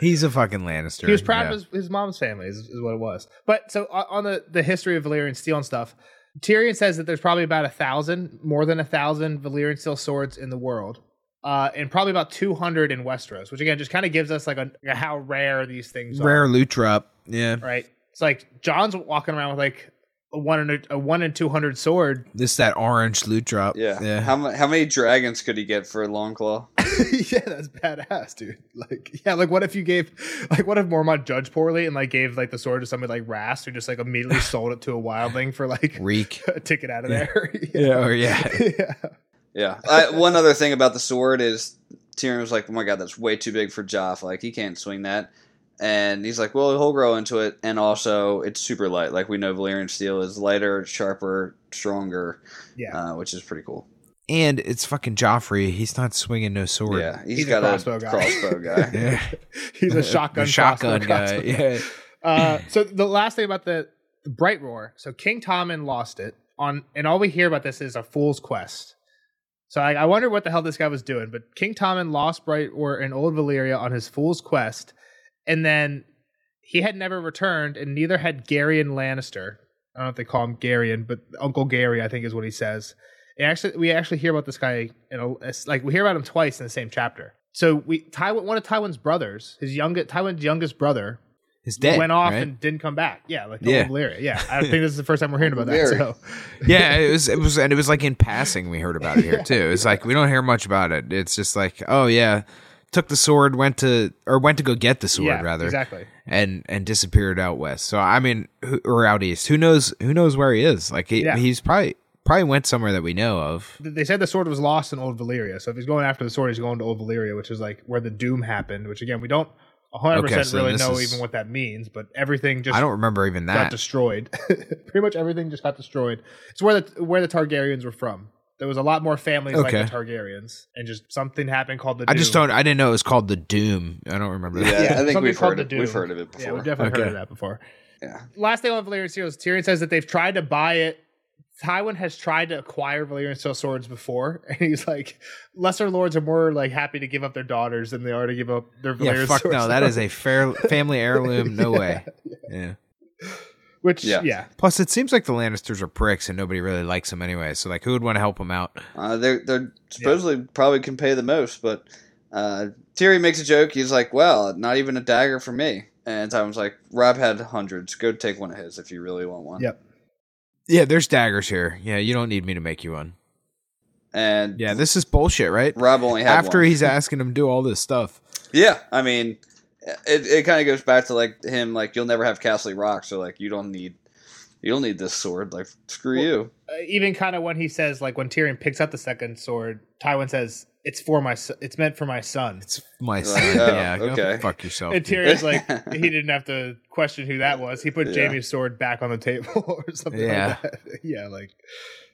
He's a fucking Lannister.
he was proud
Yeah.
of his, his mom's family is, is what it was. But so on on the the history of Valyrian steel and stuff, Tyrion says that there's probably about a thousand, more than a thousand Valyrian steel swords in the world, uh, and probably about 200 in Westeros, which again just kind of gives us like a, a how rare these things
rare
are.
loot drop. Yeah.
right? It's like John's walking around with like a one in a, a one in 200 sword.
This that orange loot drop.
yeah.
Yeah.
How, mu- how many dragons could he get for Longclaw?
yeah, that's badass, dude. Like, yeah, like what if you gave, like, what if Mormont judged poorly and like gave like the sword to somebody like Rast who just like immediately sold it to a wildling for like
Reek.
a ticket out of there.
Yeah. Or yeah.
yeah.
Yeah. I, one other thing about the sword is Tyrion was like, oh my God, that's way too big for Joff. Like, he can't swing that. And he's like, well, he'll grow into it. And also, it's super light. Like, we know Valyrian steel is lighter, sharper, stronger,
Yeah.
uh, which is pretty cool.
And it's fucking Joffrey. He's not swinging no sword.
Yeah,
He's a
got
crossbow guy.
crossbow guy.
Yeah.
He's
The
a shotgun
shotgun guy.
crossbow
Yeah.
Uh, so the last thing about the, the Bright Roar. So King Tommen lost it on, and all we hear about this is a fool's quest. So I, I wonder what the hell this guy was doing. But King Tommen lost Bright Roar in Old Valyria on his fool's quest, and then he had never returned, and neither had Garyon Lannister. I don't know if they call him Garyon, but Uncle Gary, I think, is what he says. It actually, we actually hear about this guy, in a, it's like we hear about him twice in the same chapter. So we Tywin, one of Tywin's brothers, his youngest, Tywin's youngest brother,
He's dead.
went off
right?
and didn't come back. Yeah, like the
Yeah.
old Valyria. Yeah, I think this is the first time we're hearing about that.
Valyria.
So
yeah, it was it was and it was like in passing we heard about it here too. It's like we don't hear much about it. It's just like, oh yeah, took the sword, went to or went to go get the sword
yeah,
rather,
exactly.
and and disappeared out west. So I mean, who, or out east, who knows? Who knows where he is? Like he,
Yeah.
he's probably probably went somewhere that we know of.
They said the sword was lost in Old Valyria. So if he's going after the sword, he's going to Old Valyria, which is like where the doom happened. Which again, we don't 100
Okay,
percent
so
really
this
know
is-
even what that means. But everything just
I don't remember even
got
that.
destroyed. Pretty much everything just got destroyed. It's where the where the Targaryens were from. There was a lot more families
Okay.
like the Targaryens, and just something happened called the.
I just
Doom.
don't. I didn't know it was called the Doom. I don't remember that.
Yeah, I think
something
we've
called
heard
the
it. We've
Doom.
heard of it
Yeah,
before.
we've definitely heard of
Okay.
that before.
Yeah.
Last thing on Valyrian Steel is Tyrion says that they've tried to buy it. Tywin has tried to acquire Valyrian Steel swords before, and he's like, lesser lords are more like happy to give up their daughters than they are to give up their
Yeah,
Valyrian
fuck
swords.
no. That is a fair family heirloom. No way. Yeah.
which yeah.
Yeah.
Plus, it seems like the Lannisters are pricks, and nobody really likes them anyway. So, like, who would want to help them out?
Uh, they're they're supposedly probably can pay the most, but uh, Tyrion makes a joke. He's like, "Well, not even a dagger for me." And Tywin's like, "Rob had hundreds. Go take one of his if you really want one."
Yep.
Yeah, there's daggers here. Yeah, you don't need me to make you one.
And
Yeah, this is bullshit, right?
Rob only had
After
one.
he's asking him to do all this stuff.
yeah, I mean, it it kind of goes back to like him like you'll never have Castle Rock, so like you don't need you don't need this sword. Like, screw
Well-
you.
Uh, even kind of when he says like when Tyrion picks up the second sword, Tywin says it's for my so- it's meant for my son.
It's my
Right.
son.
Oh,
yeah, go
okay.
fuck yourself.
And
dude.
Tyrion's like he didn't have to question who that was. He put
Yeah.
Jamie's sword back on the table or something
Yeah.
like that. yeah, like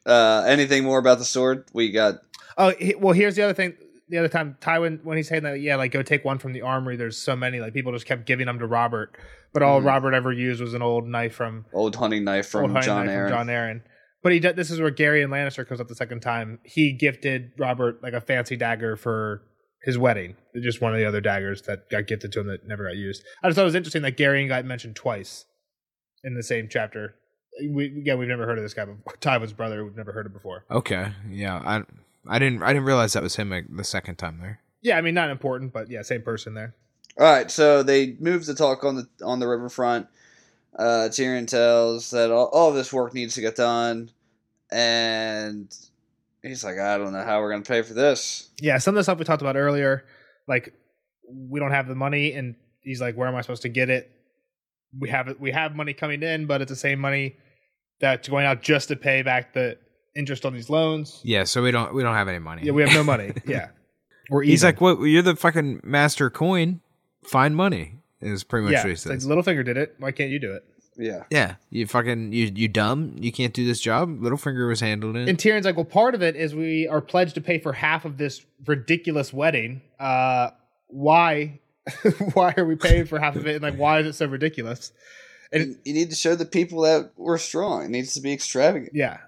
Uh, anything more about the sword? We got
Oh, he, well, here's the other thing. The other time, Tywin, when he's saying that, yeah, like go take one from the armory. There's so many, like people just kept giving them to Robert, but all
Mhm.
Robert ever used was an old knife from
old hunting knife
old
from
hunting
John
knife
Aaron.
From John Aaron. But he did, this is where Gary and Lannister comes up the second time. He gifted Robert like a fancy dagger for his wedding, just one of the other daggers that got gifted to him that never got used. I just thought it was interesting that Gary got mentioned twice in the same chapter. We, yeah, we've never heard of this guy before. Tywin's brother, we've never heard of before.
okay, yeah, I, I didn't, I didn't realize that was him like, the second time there.
Yeah, I mean, not important, but yeah, same person there.
All right, so they move the talk on the on the riverfront. Uh, Tyrion tells that all, all this work needs to get done, and he's like, "I don't know how we're gonna pay for this."
Yeah, some of the stuff we talked about earlier, like we don't have the money, and he's like, "Where am I supposed to get it? We have it. We have money coming in, but it's the same money that's going out just to pay back the interest on these loans. Yeah,
Yeah, so we don't, we don't have any money.
we have no money. yeah, we're
He's
even.
like, what? You're the fucking master coin. Find money is pretty much
yeah,
what he
it's like
says.
Littlefinger did it. Why can't you do it?
Yeah,
yeah, you fucking, you, you dumb. You can't do this job. Littlefinger was handling
And
it.
Tyrion's like, well, part of it is we are pledged to pay for half of this ridiculous wedding. Uh, why? why are we paying for half of it? And like, why is it so ridiculous?
and you need to show the people that we're strong. It needs to be extravagant.
Yeah.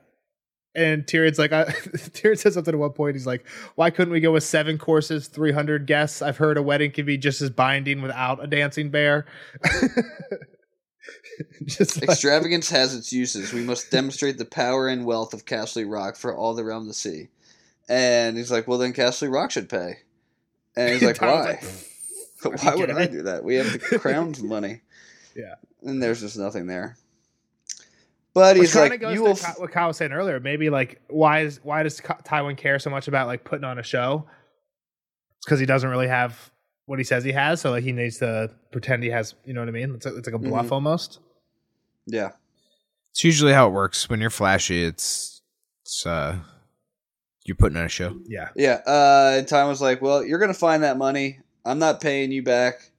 And Tyrion's like, I, Tyrion says something at one point. He's like, "Why couldn't we go with seven courses, three hundred guests? I've heard a wedding can be just as binding without a dancing bear." just like,
Extravagance has its uses. We must demonstrate the power and wealth of Castle Rock for all the realm to see. And he's like, "Well, then Castle Rock should pay." And he's like,
Tyler's
"Why?"
like,
But
Are
why
you
would
kidding
I
me?
do that? We have the crowned money.
Yeah.
And there's just nothing there. But
Which
he's
kind
like,
of goes
you
to
will.
Ky-
f-
what Kyle was saying earlier. Maybe like, why is why does Ky- Tywin care so much about like putting on a show? It's because he doesn't really have what he says he has, so like he needs to pretend he has. You know what I mean? It's, a- it's like a bluff
Mhm.
almost.
yeah.
It's usually how it works. When you're flashy, it's, it's, uh, you're putting on a show.
Yeah.
Yeah. Uh, and Tom was like, well, you're going to find that money. I'm not paying you back.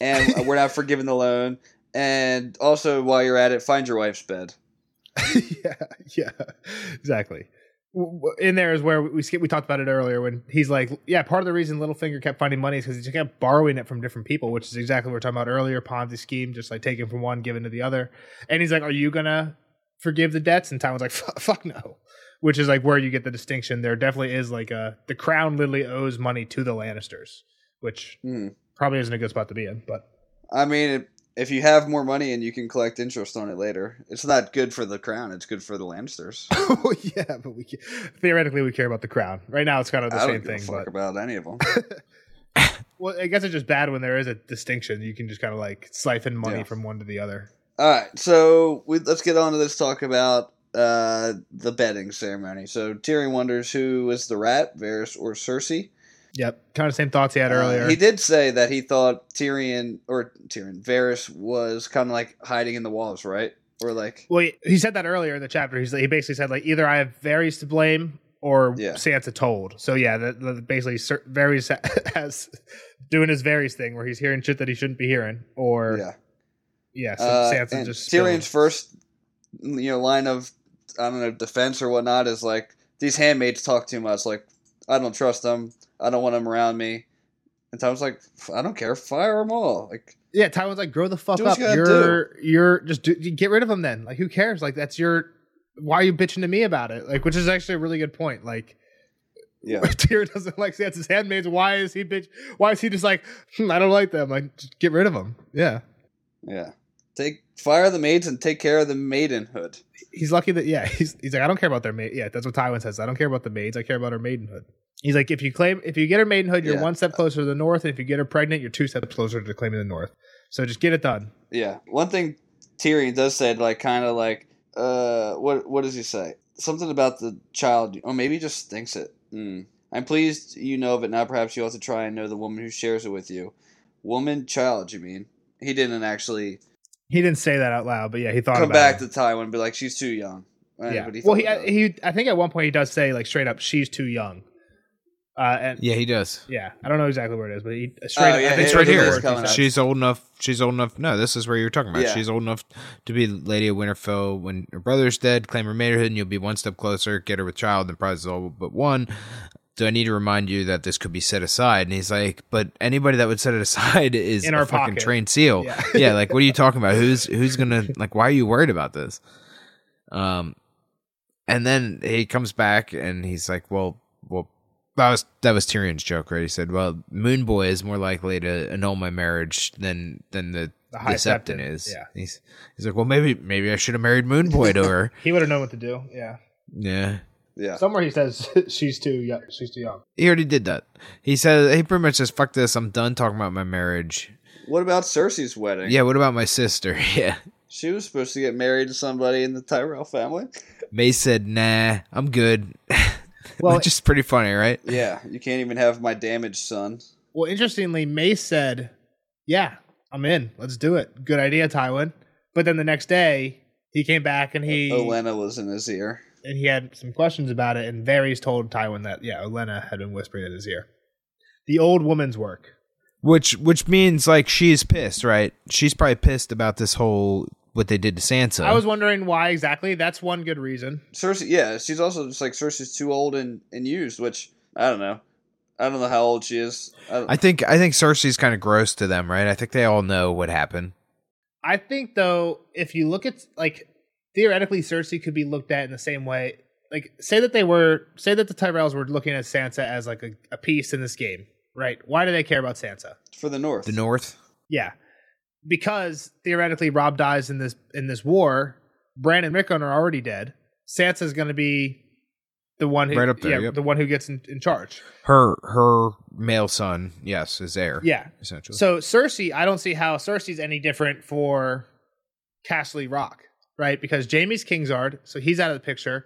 And uh, we're not forgiving the loan. And also, while you're at it, find your wife's bed.
yeah, yeah, exactly. W- w- In there is where we skip. We talked about it earlier when he's like, "Yeah, part of the reason Littlefinger kept finding money is because he kept borrowing it from different people, which is exactly what we were talking about earlier. Ponzi scheme, just like taking from one, giving to the other." And he's like, "Are you gonna forgive the debts?" And Tywin's like, "Fuck fuck no," which is like where you get the distinction. There definitely is like a the crown literally owes money to the Lannisters, which
Hmm.
probably isn't a good spot to be in. But
I mean, if- if you have more money and you can collect interest on it later, it's not good for the crown. It's good for the Lannisters.
well, yeah, but we ca- theoretically we care about the crown. Right now, it's kind of the
I don't
same
give a
thing.
fuck
But
about any of them.
Well, I guess it's just bad when there is a distinction. You can just kind of like siphon money
Yeah.
from one to the other.
All right, so we, let's get on to this talk about uh, the betting ceremony. So Tyrion wonders who is the rat, Varys or Cersei.
Yep, kind of same thoughts he had
Uh,
earlier.
he did say that he thought Tyrion or Tyrion Varys was kind of like hiding in the walls, right? Or like,
Well, he, he said that earlier in the chapter. He's he basically said like either I have Varys to blame or
Yeah.
Sansa told. So yeah, that, that basically Cer- Varys has doing his Varys thing where he's hearing shit that he shouldn't be hearing, or yeah,
yeah.
so
Uh,
Sansa
and
just
Tyrion's
spilled.
first, you know, line of I don't know defense or whatnot is like these handmaids talk too much. Like I don't trust them. I don't want them around me. And Tom's like, I don't care. Fire them all. Like
yeah. Tywin's like, grow the fuck
Do what
up.
you gotta
You're you're just do, get rid of him then. Like who cares? Like that's your why are you bitching to me about it? Like which is actually a really good point. Like
yeah.
If Tyrion doesn't like Sansa's handmaids, why is he bitch? Why is he just like, hmm, I don't like them. Like, just get rid of them. Yeah,
Yeah. Take fire the maids and take care of the maidenhood.
he's lucky that yeah, he's he's like, I don't care about their maid. Yeah, that's what Tywin says. I don't care about the maids. I care about her maidenhood. He's like, if you claim, if you get her maidenhood, you're
Yeah.
one step closer to the north, and if you get her pregnant, you're two steps closer to claiming the north. So just get it done.
Yeah. One thing Tyrion does say, like kind of like, uh, what what does he say? Something about the child, or maybe he just thinks it. Mm. I'm pleased you know of it now. Perhaps you also try and know the woman who shares it with you. Woman, child, you mean? He didn't actually
He didn't say that out loud, but yeah, he thought
Come
about
back
it.
to Tywin and be like, she's too young. Right,
yeah.
but
well,
thought
he uh,
about it.
he I think at one point he does say like straight up, she's too young. Uh, and
Yeah, he does.
yeah, I don't know exactly where it is, but he straight. up,
Oh, yeah,
I think
it's
it
right
those are the
is
words he
coming
said.
up.
She's old enough. She's old enough. No, this is where you're talking about.
Yeah.
She's old enough to be Lady of Winterfell when her brother's dead. Claim her maidenhood, and you'll be one step closer. Get her with child, and prize is all but one. Do I need to remind you that this could be set aside? And he's like, "But anybody that would set it aside is
In
a
our
fucking
pocket.
trained seal."
Yeah.
Yeah. like what are you talking about? Who's who's gonna like? Why are you worried about this? Um, and then he comes back and he's like, "Well, well, that was that was Tyrion's joke, right?" He said, "Well, Moon Boy is more likely to annul my marriage than than the."
The
The,
High
Septon,
Septon,
is.
yeah.
He's he's like, well, maybe maybe I should have married Moon Boy to her.
He would have known what to do. Yeah.
yeah,
Yeah.
Somewhere he says she's too young. She's too young.
he already did that. He says he pretty much says, "Fuck this, I'm done talking about my marriage."
What about Cersei's wedding?
Yeah, what about my sister? Yeah,
She was supposed to get married to somebody in the Tyrell family.
May said, "Nah, I'm good."
Well-
Well, which is pretty funny, right?
Yeah, you can't even have my damaged son.
Well, interestingly, May said, "Yeah, I'm in. Let's do it. Good idea, Tywin." But then the next day, he came back and he
Olenna was in his ear.
and he had some questions about it. And Varys told Tywin that yeah, Olenna had been whispering in his ear. The old woman's work.
Which which means like she's pissed, right? She's probably pissed about this whole what they did to Sansa.
I was wondering why exactly. That's one good reason.
Cersei, yeah, she's also just like Cersei's too old and, and used, which I don't know. I don't know how old she is. uh, I don't,
I think I think Cersei's kind of gross to them, right? I think they all know what happened.
I think though, if you look at like theoretically, Cersei could be looked at in the same way. Like, say that they were, say that the Tyrells were looking at Sansa as like a, a piece in this game, right? Why do they care about Sansa?
for the North.
The North.
Yeah, because theoretically, Rob dies in this in this war. Bran and Rickon are already dead. Sansa's going to be the one who,
Right up there,
yeah,
yep.
the one who gets in, in charge.
Her her male son, yes, is there.
Yeah.
essentially.
So Cersei, I don't see how Cersei's any different for Castle Rock, right? Because Jamie's Kingsguard, so he's out of the picture.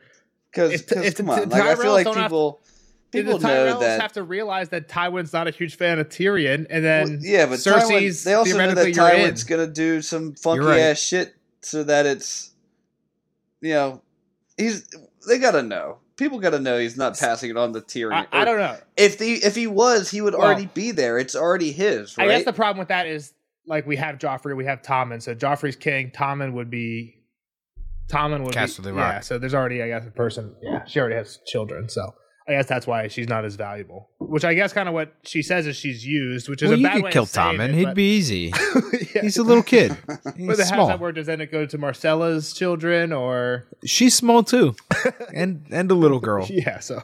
Because
If the- if the
come on, like I feel
Tyrells
like
don't have-
people people
the
know
Tyrells
that.
have to realize that Tywin's not a huge fan of Tyrion, and then
well, yeah, but
Cersei's
Tywin, they also know that
theoretically you're in.
Tywin's gonna do some funky
You're right.
ass shit so that it's you know he's they gotta know. People gotta know he's not passing it on to Tyrion.
I, I
or-
don't know.
If the if he was, he would
Well,
already be there. It's already his,
I
right?
guess the problem with that is like we have Joffrey, we have Tommen, so Joffrey's king. Tommen would be Tommen would
Castle
be,
Rock.
Yeah, so there's already I guess a person. Yeah, she already has children, so. I guess that's why she's not as valuable. Which I guess kind of what she says is she's used, which is
well,
a
you
bad
could
way
kill
of saying
Tommen.
it,
He'd
but-
be easy.
Yeah.
He's a little kid.
But
He's
then how's
small.
that work? Does then it go to Marcella's children or
She's small too, and and a little girl.
yeah? So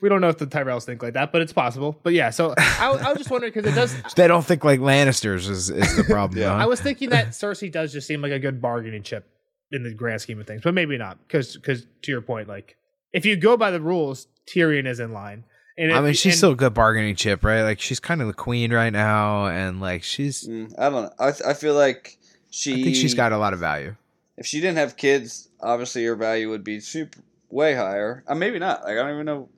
we don't know if the Tyrells think like that, but it's possible. But yeah, so I, was- I was just wondering because it does.
They don't think like Lannisters is, is the problem.
Yeah.
huh?
I was thinking that Cersei does just seem like a good bargaining chip in the grand scheme of things, but maybe not because because to your point, like if you go by the rules, Tyrion is in line. And
I
if-
mean, she's
and-
still a good bargaining chip, right? Like she's kind of the queen right now, and like she's.
Mm, I don't know. I, I feel like she.
I think she's got a lot of value.
If she didn't have kids, obviously her value would be super way higher. Uh, maybe not. Like I don't even know.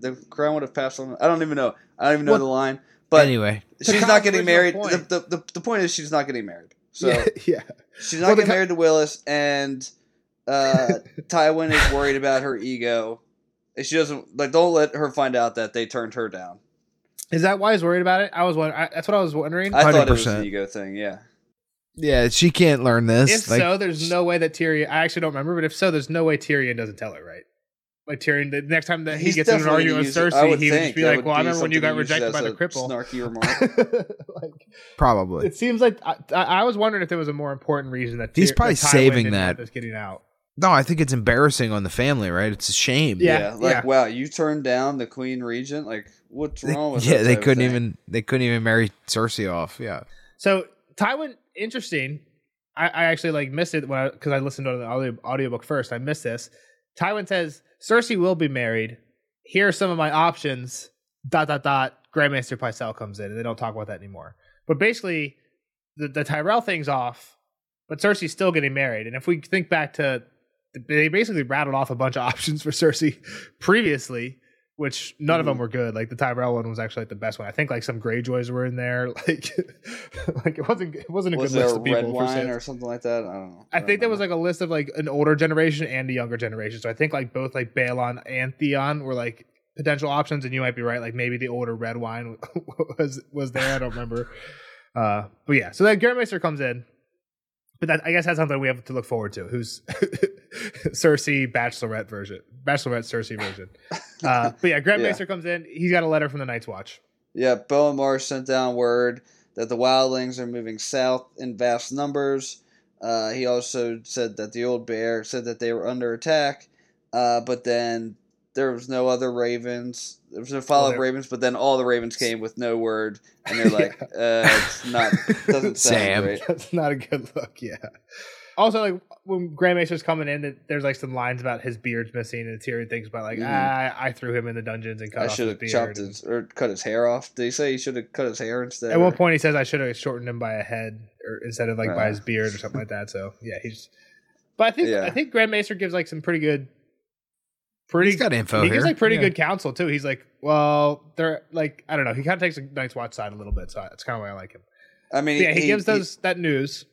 The crown would have passed on. I don't even know. I don't even know
Well,
the line. But
anyway,
she's
Kyle's
not getting
original
married.
point-
The, the, the, the point is she's not getting married. So
yeah, yeah.
she's not
Well, the
getting
co-
married to Willis, and uh, Tywin is worried about her ego. And She doesn't like. Don't let her find out that they turned her down.
Is that why I was worried about it? I was wondering. I, that's what I was wondering.
I thought it was an
100%.
ego thing. Yeah.
yeah, she can't learn
if
this. Like,
so, there's no way that Tyrion. I actually don't remember, but if so, there's no way Tyrion doesn't tell her, right? Like Tyrion, the next time that he
He's
gets in an
definitely
argument with
gonna use it. I
Cersei, he would just
think.
be
That
like,
would
"Well, I
be
remember when you got
something used
rejected by
as
the
a
cripple."
Snarky remark.
like,
probably.
it seems like I, I I was wondering if there was a more important reason that
He's
Tyr-
probably
that Tywin
saving
didn't have
that.
this getting out.
No, I think it's embarrassing on the family, right? It's a shame.
Yeah,
Yeah, like
yeah.
wow, you turned down the queen regent. Like, what's
They-
wrong with?
yeah,
that
they
type of
couldn't
thing?
even they couldn't even marry Cersei off. Yeah,
So Tywin, interesting. I, I actually like missed it when I because I listened to the audio, audiobook first. I missed this. Tywin says Cersei will be married. Here are some of my options. Dot dot dot. Grandmaster Pycelle comes in, and they don't talk about that anymore. But basically, the, the Tyrell thing's off, but Cersei's still getting married. And if we think back to, they basically rattled off a bunch of options for Cersei previously, which none
Mm-hmm.
of them were good. Like the Tyrell one was actually like the best one. I think like some Greyjoys were in there. Like, like it wasn't it wasn't a
was
good
there
list
a
of people.
red
for
wine
sales.
or something like that? I don't know.
I think there was like a list of like an older generation and a younger generation. So I think like both like Balon and Theon were like potential options, and you might be right. Like maybe the older red wine was was there. I don't remember. Uh, but yeah, so then Garrett comes in, but that, I guess that's something we have to look forward to. Who's Cersei Bachelorette version, Bachelorette Cersei version. Uh, but yeah, Grant
Yeah.
Maester comes in. He's got a letter from the Night's Watch.
Yeah, Bo and Mars sent down word that the wildlings are moving south in vast numbers. Uh, he also said that the old bear said that they were under attack, uh, but then there was no other ravens. There was no follow up
there-
ravens, but then all the ravens came with no word, and they're like, uh, "It's not doesn't sound
Sam.
great."
That's not a good look. Yeah. Also, like when Grand Master's coming in, that- there's like some lines about his beard's missing, and Tyrion thinks about like,
Mhm.
ah, I threw him in the dungeons and cut
I
off
should
his
have
beard.
chopped his or cut his hair off. Did he say he should have cut his hair instead?
At one
or-
point, he says I should have shortened him by a head, or instead of like by
Uh.
his beard or something like that. So yeah, he's. But I think
Yeah.
I think Grand Master gives like some pretty good. Pretty
He's got info
he
here.
gives like pretty
Yeah.
good counsel too. He's like, well, they're like, I don't know. He kind of takes a Night's Watch side a little bit, so that's kind of why I like him.
I mean,
yeah, he, gives those that news.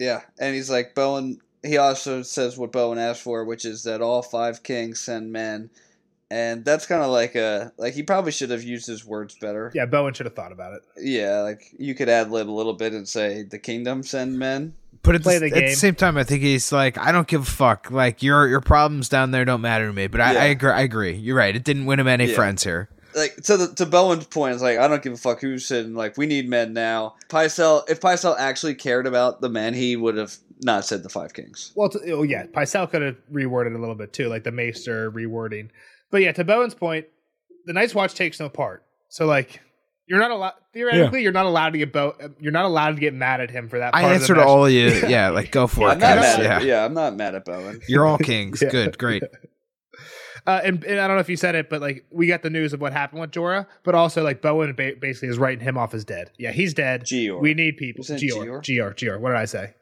Yeah, and he's like Bowen. He also says what Bowen asked for, which is that all five kings send men, and that's kind of like a like he probably should have used his words better.
Yeah, Bowen should have thought about it.
Yeah, like you could ad lib a little bit and say the kingdom send men.
But at,
Play
the,
the
at the
game.
same time, I think he's like, I don't give a fuck. Like your your problems down there don't matter to me. But I,
Yeah.
I agree. I agree. You're right. It didn't win him any
Yeah.
friends here.
Like to the to Bowen's point, it's like I don't give a fuck who's sitting. Like we need men now. Pycelle, if Pycelle actually cared about the men, he would have not said the five kings.
Well, to, oh yeah, Pycelle could have reworded a little bit too, like the Maester rewording. But yeah, to Bowen's point, the Night's Watch takes no part. So like, you're not allowed theoretically, you're not allowed to get Bo- uh, you're not allowed to get mad at him for that. Part
I
of the
answered
match.
all of you. Yeah, like go for
I'm
it,
not
guess,
guys.
mad.
Yeah.
At, yeah, I'm not mad at Bowen.
you're all kings.
Yeah.
Good, great.
Uh, and, and I don't know if you said it, but like we got the news of what happened with Jorah, but also like Bowen ba- basically is writing him off as dead. Yeah, he's dead.
Gior,
we need people.
Isn't it
Gior, Gior, Gior. What did I say?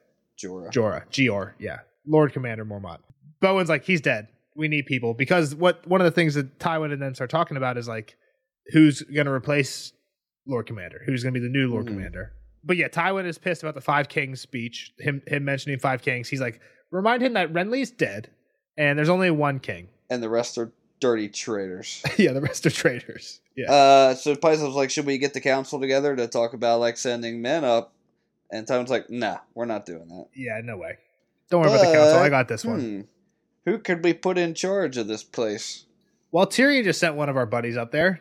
Jorah.
Jorah, Gior, yeah, Lord Commander Mormont. Bowen's like, he's dead. We need people because what one of the things that Tywin and them start talking about is like, who's going to replace Lord Commander? Who's going to be the new Lord
Mhm.
Commander? But yeah, Tywin is pissed about the Five Kings speech. Him him mentioning Five Kings. He's like, remind him that Renly's dead, and there's only one king.
and the rest are dirty traitors.
yeah, the rest are traitors. Yeah,
Uh, so Paisa's like, should we get the council together to talk about like sending men up? And Tywin's like, nah, we're not doing that.
yeah, no way. Don't worry about the council. I got this one.
Hmm. Who could we put in charge of this place?
Well, Tyrion just sent one of our buddies up there,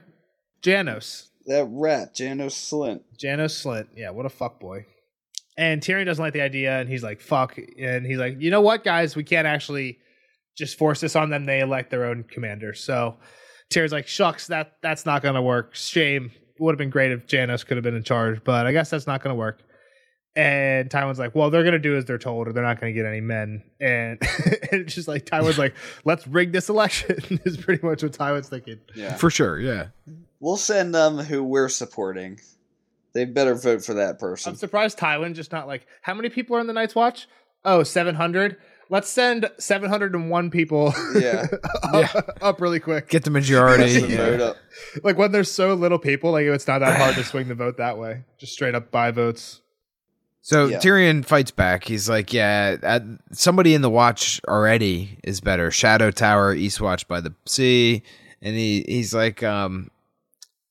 Janos.
That rat, Janos Slint.
Janos Slint. Yeah, what a fuck boy. And Tyrion doesn't like the idea, and he's like, fuck. And he's like, you know what, guys? We can't actually just force this on them. They elect their own commander. So Tyrion's like, shucks, that that's not gonna work. Shame. Would have been great if Janos could have been in charge, but I guess that's not gonna work. And Tywin's like, well, they're gonna do as they're told, or they're not gonna get any men. And, and it's just like Tywin's like, let's rig this election. is pretty much what Tywin's thinking.
Yeah.
For sure. Yeah.
We'll send them who we're supporting. They better vote for that person.
I'm surprised Tywin just not like how many people are in the Night's Watch? Oh, 700. Let's send 701 people
Yeah.
Yeah.
up really quick.
Get the
That's the
majority.
vote
yeah.
up.
like when there's so little people, like it's not that hard to swing the vote that way. Just straight up by votes.
So
Yeah.
Tyrion fights back. He's like, "Yeah, uh somebody in the Watch already is better. Shadow Tower, East Watch by the sea." And he he's like, um,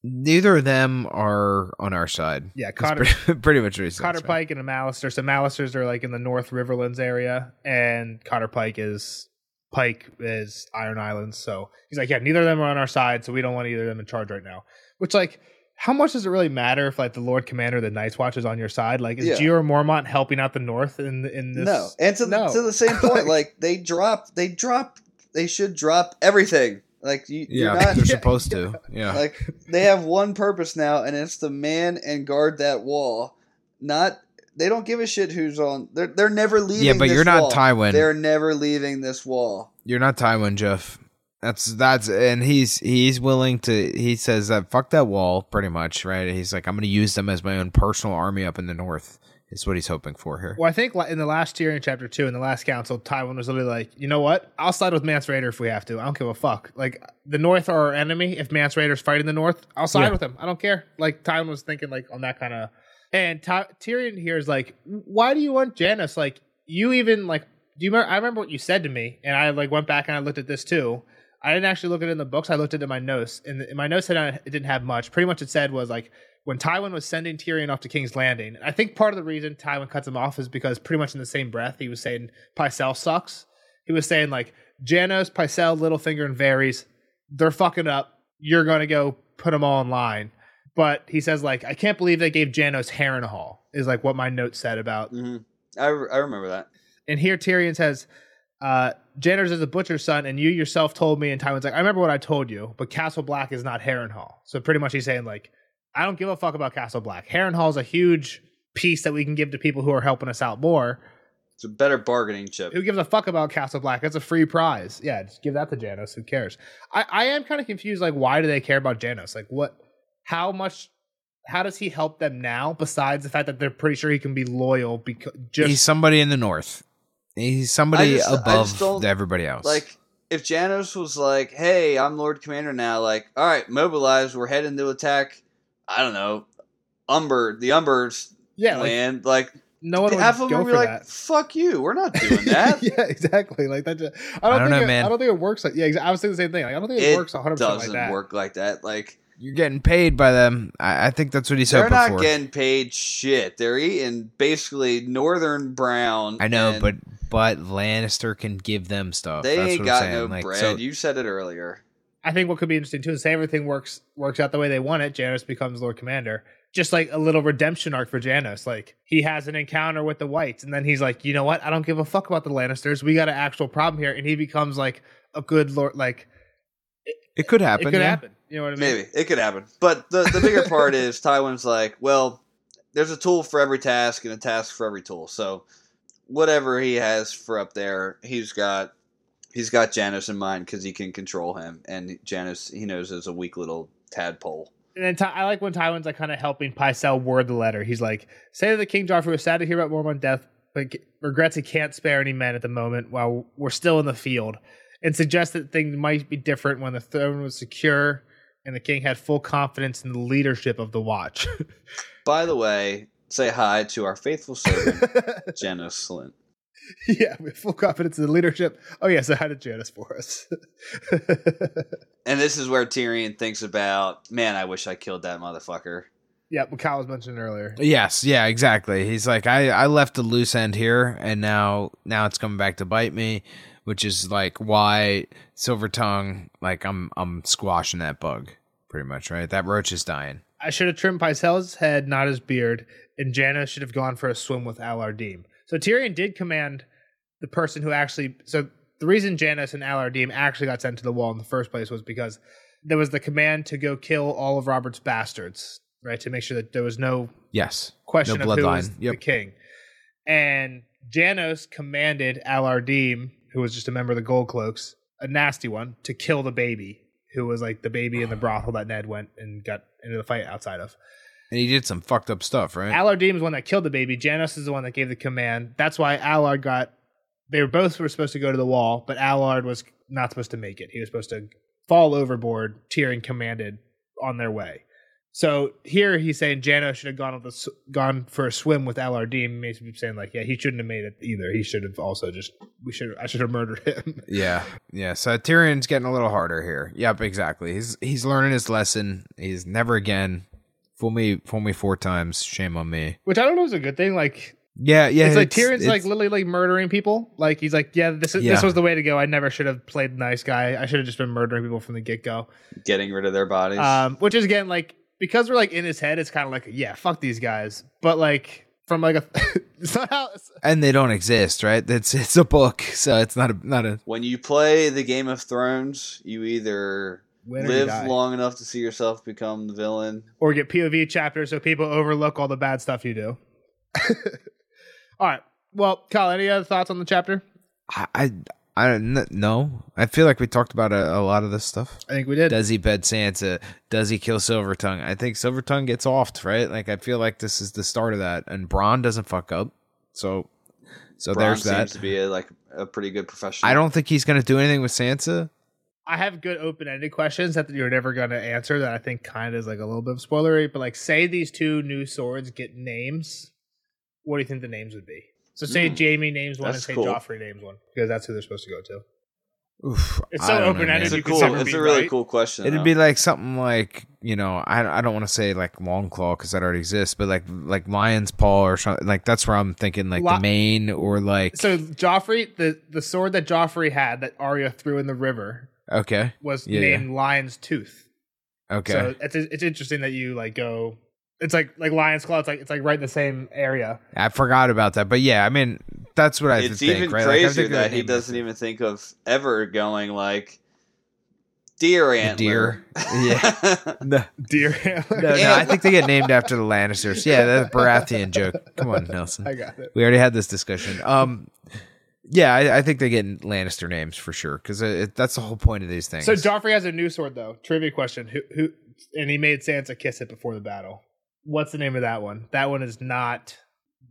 "Neither of them are on our side."
Yeah,
That's
Connor
pretty, pretty much what he says,
Cotter
right?
Pike and a Malister. So Malisters are like in the North Riverlands area, and Cotter Pike is Pike is Iron Islands. So he's like, yeah, neither of them are on our side, so we don't want either of them in charge right now. Which like, how much does it really matter if like the Lord Commander of the Night's Watch is on your side? Like, is
Yeah.
Gior Mormont helping out the North in in this?
No. And to,
No.
to the same point, like they drop, they drop, they should drop everything. Like you, you're
Yeah,
not
they're supposed to. Yeah,
like they have one purpose now and it's to man and guard that wall not they don't give a shit who's on they're, they're never leaving
yeah, but
this
you're not
wall.
Tywin.
they're never leaving this wall
You're not Tywin, Jeff. That's that's and he's he's willing to he says that fuck that wall pretty much, right? He's like I'm going to use them as my own personal army up in the north. is what he's hoping for here.
Well, I think li- in the last year in chapter two, in the last council, Tywin was literally like, you know what? I'll side with Mance Raider if we have to. I don't give a fuck. Like, the North are our enemy. If Mance Raider's fighting the North, I'll side
Yeah.
with him. I don't care. Like, Tywin was thinking, like, on that kind of. And Ty- Tyrion here is like, why do you want Janice? Like, you even, like, do you remember? I remember what you said to me, and I, like, went back and I looked at this too. I didn't actually look at it in the books. I looked at it in my notes, and the- my notes said I- it didn't have much. Pretty much, it said was like when Tywin was sending Tyrion off to King's Landing. I think part of the reason Tywin cuts him off is because pretty much in the same breath he was saying Pycelle sucks. He was saying like Janos, Pycelle, Littlefinger, and Varys, they're fucking up. You're gonna go put them all in line. But he says like I can't believe they gave Janos Harrenhal is like what my note said about
hmm I, re- I remember that.
and here Tyrion says, uh, Janners is a butcher's son, and you yourself told me. And Tywin's like, I remember what I told you, but Castle Black is not Harrenhal. So pretty much he's saying, like, I don't give a fuck about Castle Black. Harrenhal is a huge piece that we can give to people who are helping us out more.
It's a better bargaining chip.
Who gives a fuck about Castle Black? That's a free prize. Yeah, just give that to Janos. Who cares? I, I am kind of confused. Like, why do they care about Janos? Like, what? How much? How does he help them now? Besides the fact that they're pretty sure he can be loyal because just
he's somebody in the north. He's somebody
I just- I just
above
don't-
everybody else.
Like, if Janos was like, hey, I'm Lord Commander now, like, all right, mobilize, we're heading to attack, I don't know, Umber, the Umber's
yeah, like,
land, like,
no one would
half of them
go for
would be like,
that.
fuck you, we're not doing that.
yeah, exactly. Like that. Just, I don't,
I don't
think
know,
it,
man.
I don't think it works. Like yeah, exa- I was thinking the same thing. Like I don't think it,
It
works 100 percent
Doesn't
like that.
work like that. Like,
You're getting paid by them. I, I think that's what he's
they're
hoping
not
for.
getting paid shit. They're eating basically Northern Brown.
I know,
and
but but Lannister can give them stuff.
they
that's
ain't
what
got
I'm saying.
no
like,
bread.
So,
you said it earlier.
I think what could be interesting too is say everything works works out the way they want it. Janos becomes Lord Commander. Just like a little redemption arc for Janos. Like he has an encounter with the Whites, and then he's like, you know what? I don't give a fuck about the Lannisters. We got an actual problem here, and he becomes like a good Lord. Like
it could happen.
it could
yeah.
happen. You know what I mean?
Maybe it could happen, but the the bigger part is Tywin's like, well, there's a tool for every task and a task for every tool. So whatever he has for up there, he's got he's got Janus in mind because he can control him, and Janus he knows is a weak little tadpole.
And then Ty- I like when Tywin's like kind of helping Pycelle word the letter. He's like, "Say to the King Joffrey was sad to hear about Mormon's death, but c- regrets he can't spare any men at the moment while we're still in the field, and suggests that things might be different when the throne was secure and the king had full confidence in the leadership of the Watch."
By the way, say hi to our faithful servant Janus Slint.
yeah, we have full confidence in the leadership. Oh yeah, so how did Janice for us?
And this is where Tyrion thinks about, man, I wish I killed that motherfucker.
yeah, what Kyle was mentioning earlier.
Yes, yeah, exactly. He's like, I, I left a loose end here, and now now it's coming back to bite me, which is like why Silver Tongue, like I'm I'm squashing that bug, pretty much, right? That roach is dying.
I should have trimmed Pycelle's head, not his beard, and Janna should have gone for a swim with Alardim. So Tyrion did command the person who actually. So the reason Janice and Alardim actually got sent to the wall in the first place was because there was the command to go kill all of Robert's bastards, right? To make sure that there was no
Yes,
question
No
of who
bloodline.
was the
Yep.
king. And Janos commanded Alardim, who was just a member of the Gold Cloaks, a nasty one, to kill the baby, who was like the baby in the brothel that Ned went and got into the fight outside of.
and he did some fucked up stuff, right?
Alardim is the one that killed the baby. Janos is the one that gave the command. That's why Allard got. They were both were supposed to go to the wall, but Allard was not supposed to make it. He was supposed to fall overboard. Tyrion commanded on their way. So here he's saying Janos should have gone with a s gone for a swim with Alardim. Maybe saying like, yeah, he shouldn't have made it either. He should have also just we should I should have murdered him.
Yeah, yeah. So Tyrion's getting a little harder here. Yep, exactly. He's he's learning his lesson. He's never again fool me, fool me four times. Shame on me.
Which I don't know is a good thing. Like
Yeah, yeah.
it's like Tyrion's
it's-
like literally like murdering people. Like he's like, yeah, this is,
Yeah.
this was the way to go. I never should have played nice guy. I should have just been murdering people from the get go.
Getting rid of their bodies.
Um, which is again like because we're like in his head, it's kind of like yeah, fuck these guys. But like from like a it's not how
and they don't exist, right? It's it's a book, so it's not a not a
when you play the Game of Thrones, you either
Win or you die.
live long enough to see yourself become the villain.
or get POV chapters so people overlook all the bad stuff you do. all right. Well, Kyle, any other thoughts on the chapter?
I I- I don't kn- know. I feel like we talked about a, a lot of this stuff.
I think we did.
Does he bed Santa? Does he kill Silvertongue? I think Silvertongue gets offed, right? Like I feel like this is the start of that, and Braun doesn't fuck up. So, so
Braun
there's that.
seems to be a, like a pretty good professional.
I don't think he's gonna do anything with Sansa.
I have good open ended questions that you're never going to answer that I think kind of is like a little bit of spoilery, but like say these two new swords get names, what do you think the names would be? So say
Mm.
Jamie names one
That's
and say
cool.
Joffrey names one because that's who they're supposed to go to.
Oof,
It's
I
so
don't know,
open-ended,
It's a
man.
you could
cool.
never
It's
be
a really
right.
cool question.
It'd
though.
be like something like you know I, I don't want to say like long claw because that already exists, but like like lion's paw or something like that's where I'm thinking like
Li-
the mane or like
So Joffrey, the the sword that Joffrey had that Arya threw in the river
okay
was
Yeah, yeah.
named Lion's Tooth.
okay
So it's it's interesting that you like go. It's like like Lion's Claw. It's like it's like right in the same area.
I forgot about that, but yeah, I mean that's what I
it's
think.
even
right? Like, I
crazier
think
that
the
he
name-
doesn't even think of ever going like deer antler.
deer. yeah. No,
Deer.
no, no, I think they get named after the Lannisters. Yeah, that's a Baratheon joke. Come on, Nelson.
I got it.
We already had this discussion. Um, yeah, I, I think they get Lannister names for sure because that's the whole point of these things.
So Joffrey has a new sword though. Trivia question: Who who? And he made Sansa kiss it before the battle. What's the name of that one? That one is not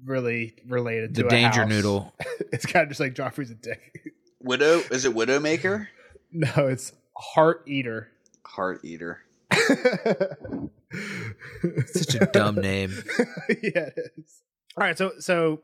really related
the
to a
Danger
house.
Noodle.
It's kind of just like Joffrey's a dick.
Widow is it Widowmaker?
No, it's Heart Eater.
Heart Eater.
Such a dumb name.
yeah, it is. All right, so so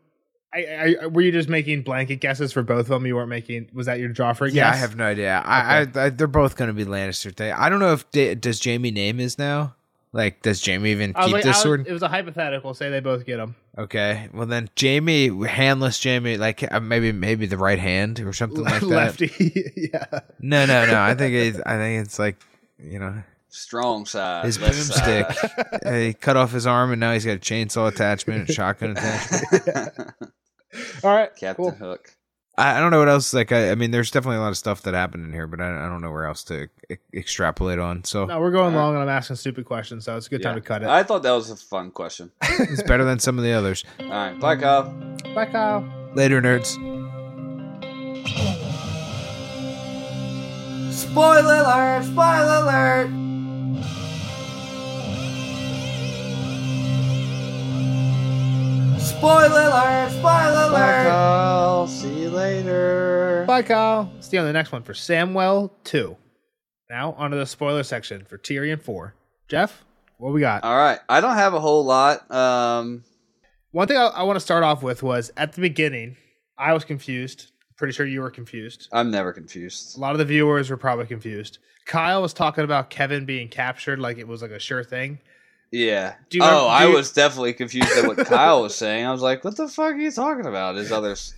I, I were you just making blanket guesses for both of them? You weren't making. Was that your Joffrey?
Yeah, I
guess?
have no idea. I, I, I they're both going to be Lannister thing. I don't know if da- does Jamie name his now. Like, does Jamie even
I was
keep
like, I
this
was-
sword?
It was a hypothetical. Say they both get them.
Okay. Well, then Jamie, handless Jamie, like uh, maybe maybe the right hand or something like that.
Lefty. yeah.
No, no, no. I think it's I think it's like you know
Strong side.
his
left
boomstick. Uh, he cut off his arm and now he's got a chainsaw attachment, a shotgun attachment.
side.
All right.
Captain
Cool.
Hook.
I, I don't know what else. Like I, I mean, there's definitely a lot of stuff that happened in here, but I, I don't know where else to e- extrapolate on. So
No, we're going
All right.
long, and I'm asking stupid questions, so it's a good time
Yeah.
to cut it.
I thought that was a fun question.
it's better than some of the others.
All right, bye, Kyle.
Bye, Kyle.
Later, nerds.
Spoiler alert! Spoiler alert! Spoiler alert! Spoiler
alert.
Kyle. See you later.
Bye, Kyle. See you on the next one for Samwell 2. Now, onto the spoiler section for Tyrion 4. Jeff, what we got?
All right, I don't have a whole lot. Um,
One thing I, I want to start off with was at the beginning, I was confused. Pretty sure you were confused.
I'm never
A
confused.
lot of the viewers were probably confused. Kyle was talking about Kevin being captured like it was like a sure thing.
Yeah.
Do you
oh,
remember- do
I
you-
was definitely confused at what Kyle was saying. I was like, "What the fuck are you talking about?" His others.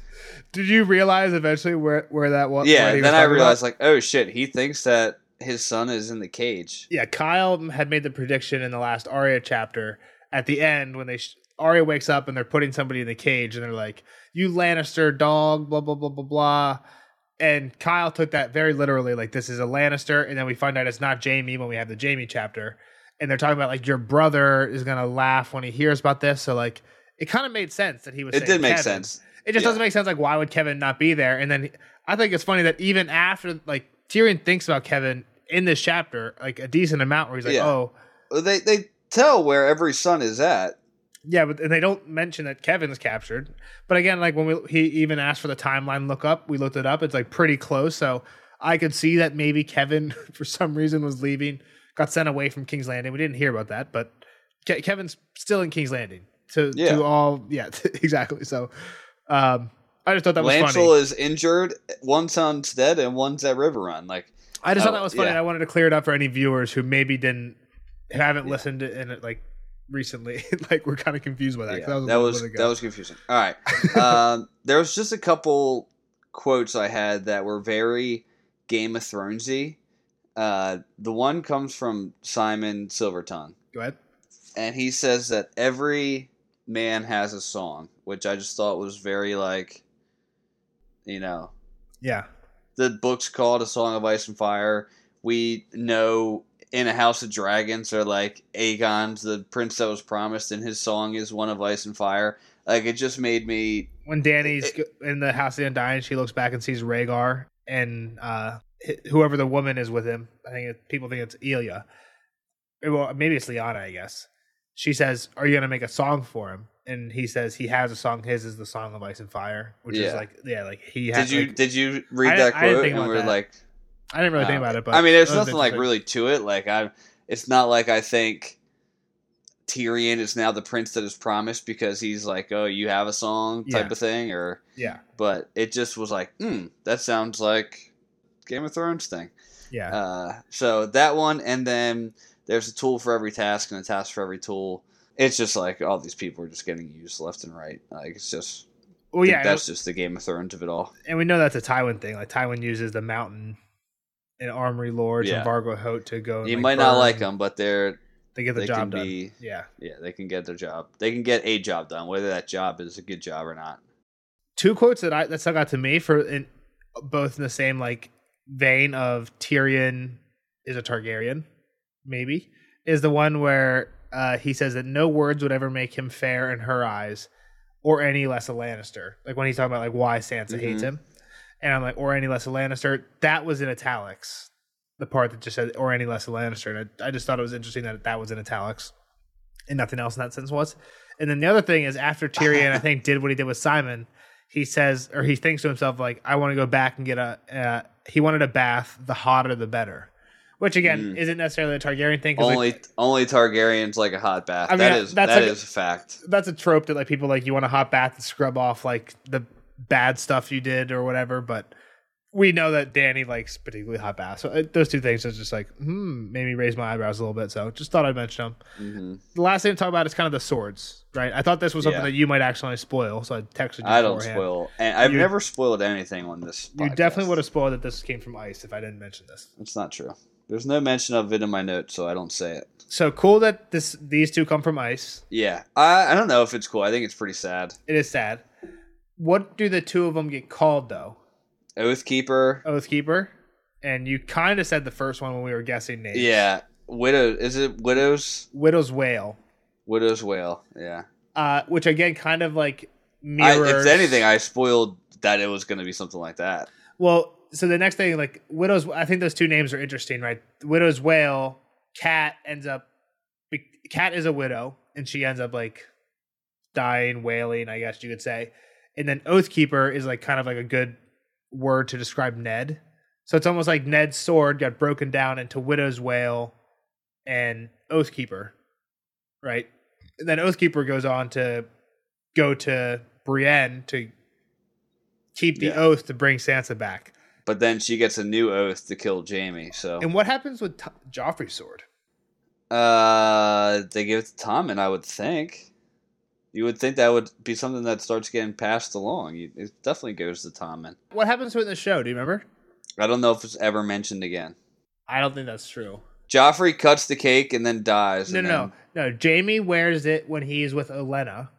Did you realize eventually where, where that was?
Yeah.
where he was
Then I
talking about?
realized, like, oh shit, he thinks that his son is in the cage.
yeah, Kyle had made the prediction in the last Arya chapter at the end when they sh- Arya wakes up and they're putting somebody in the cage and they're like, "You Lannister dog," blah blah blah blah blah. And Kyle took that very literally, like this is a Lannister, and then we find out it's not Jamie when we have the Jamie chapter, and they're talking about like your brother is gonna laugh when he hears about this, so like it kind of made sense that he was.
It
saying
did make
Kevin.
sense.
It just
Yeah.
doesn't make sense. Like, why would Kevin not be there? And then I think it's funny that even after, like, Tyrion thinks about Kevin in this chapter, like, a decent amount where he's like,
Yeah.
oh,
Well, They they tell where every son is at.
yeah, but and they don't mention that Kevin's captured. But again, like, when we, he even asked for the timeline look up, we looked it up. It's like pretty close. So I could see that maybe Kevin, for some reason, was leaving, got sent away from King's Landing. We didn't hear about that, but Ke- Kevin's still in King's Landing. To,
Yeah.
to all, yeah, exactly. So, um, I just thought that was
Lancel
funny.
is injured. One son's dead, and one's at River Run. Like,
I just
Oh,
thought that was funny.
yeah.
and I wanted to clear it up for any viewers who maybe didn't who haven't
Yeah.
listened to in it like recently. like we're kind of confused by that. 'cause
yeah,
a
that
little
was
bit ago.
that was confusing. All right, um, there was just a couple quotes I had that were very Game of Thronesy. Uh, the one comes from Simon Silvertongue,
Go ahead.
and he says that every man has a song, which I just thought was very like, you know,
Yeah.
the book's called A Song of Ice and Fire. We know in a House of Dragons or like Aegon's the prince that was promised, and his song is one of Ice and Fire. Like it just made me
when Danny's
It-
in the house of the Undying, she looks back and sees Rhaegar and uh, hi- whoever the woman is with him. I think it, people think it's Ilya. Eh, Well, maybe it's Liana, I guess. She says, "Are you gonna make a song for him?" And he says he has a song. His is the song of Ice and Fire, which is
Yeah.
like yeah, like he.
did
Has,
you
like-
did you
I
read
didn't-
that
I didn't
quote
think
and
about
we're
that.
like
I didn't really think
Oh,
about it, but
I mean, there's
that was
nothing like
interesting.
really to it. Like I, it's not like I think Tyrion is now the prince that is promised because he's like, oh, you have a song type
Yeah.
of thing, or
Yeah,
but it just was like, hmm, that sounds like Game of Thrones thing.
yeah.
Uh, so that one, and then there's a tool for every task and a task for every tool. It's just like all these people are just getting used left and right. Like it's just,
well, yeah.
that's just the Game of Thrones of it all.
and we know that's a Tywin thing. Like Tywin uses the mountain and armory lords
Yeah.
and Vargo Hote to go. And,
You
like,
might not
burn-
like them, but they're
They get the
they can
job done.
be
yeah.
Yeah, they can get their job. They can get a job done, whether that job is a good job or not.
two quotes that I that stuck out to me for in both in the same like vein of Tyrion is a Targaryen, maybe is the one where uh, he says that no words would ever make him fair in her eyes, or any less a Lannister. Like when he's talking about like why Sansa hates
Mhm.
him, and I'm like or any less a Lannister. That was in italics. The part that just said or any less a Lannister, and I, I just thought it was interesting that that was in italics, and nothing else in that sentence was. And then the other thing is after Tyrion, I think, did what he did with Simon, he says or he thinks to himself like i want to go back and get a uh, he wanted a bath the hotter the better which again
Mm.
isn't necessarily a targaryen thing 'cause, like,
Only only Targaryens like a hot bath.
I mean,
that is
that's
that is
like-
a fact.
that's a trope that like people like you want a hot bath to scrub off like the bad stuff you did or whatever but we know that danny likes particularly hot baths so uh, those two things is just like hmm maybe raise my eyebrows a little bit so just thought i'd mention them
hmm
the last thing to talk about is kind of the swords right i thought this was something
Yeah.
that you might actually spoil so i texted you
I don't
beforehand.
spoil, and I've
You-
never spoiled anything on this.
you definitely would
have.
have spoiled that this came from ice if i didn't mention this
It's not true. There's no mention of it in my notes, so I don't say it.
So cool that this these two come from Ice.
Yeah, I I don't know if it's cool. I think it's pretty sad.
It is sad. What do the two of them get called though?
Oathkeeper.
Oathkeeper, and you kind of said the first one when we were guessing names.
Yeah, widow. Is it widows?
Widow's Wail,
Widow's wail. Yeah.
uh, which again kind of like
I,
mirrors.
if anything, I spoiled that it was going to be something like that.
well, so the next thing, like Widow's, I think those two names are interesting, right? Widow's Wail, Cat ends up. be- Cat is a widow, and she ends up like dying, wailing, I guess you could say. And then Oathkeeper is like kind of like a good word to describe Ned. So it's almost like Ned's sword got broken down into Widow's Wail and Oathkeeper, right? And then Oathkeeper goes on to go to Brienne to keep the
Yeah.
oath to bring Sansa back.
But then she gets a new oath to kill Jamie. So
And what happens with T- Joffrey's sword?
Uh, they give it to Tommen, I would think. You would think that would be something that starts getting passed along. You- It definitely goes to Tommen.
What happens to it in the show? Do you remember?
I don't know if it's ever mentioned again.
I don't think that's true.
Joffrey cuts the cake and then dies.
No,
and
no, no. No, Jamie wears it when he's with Elena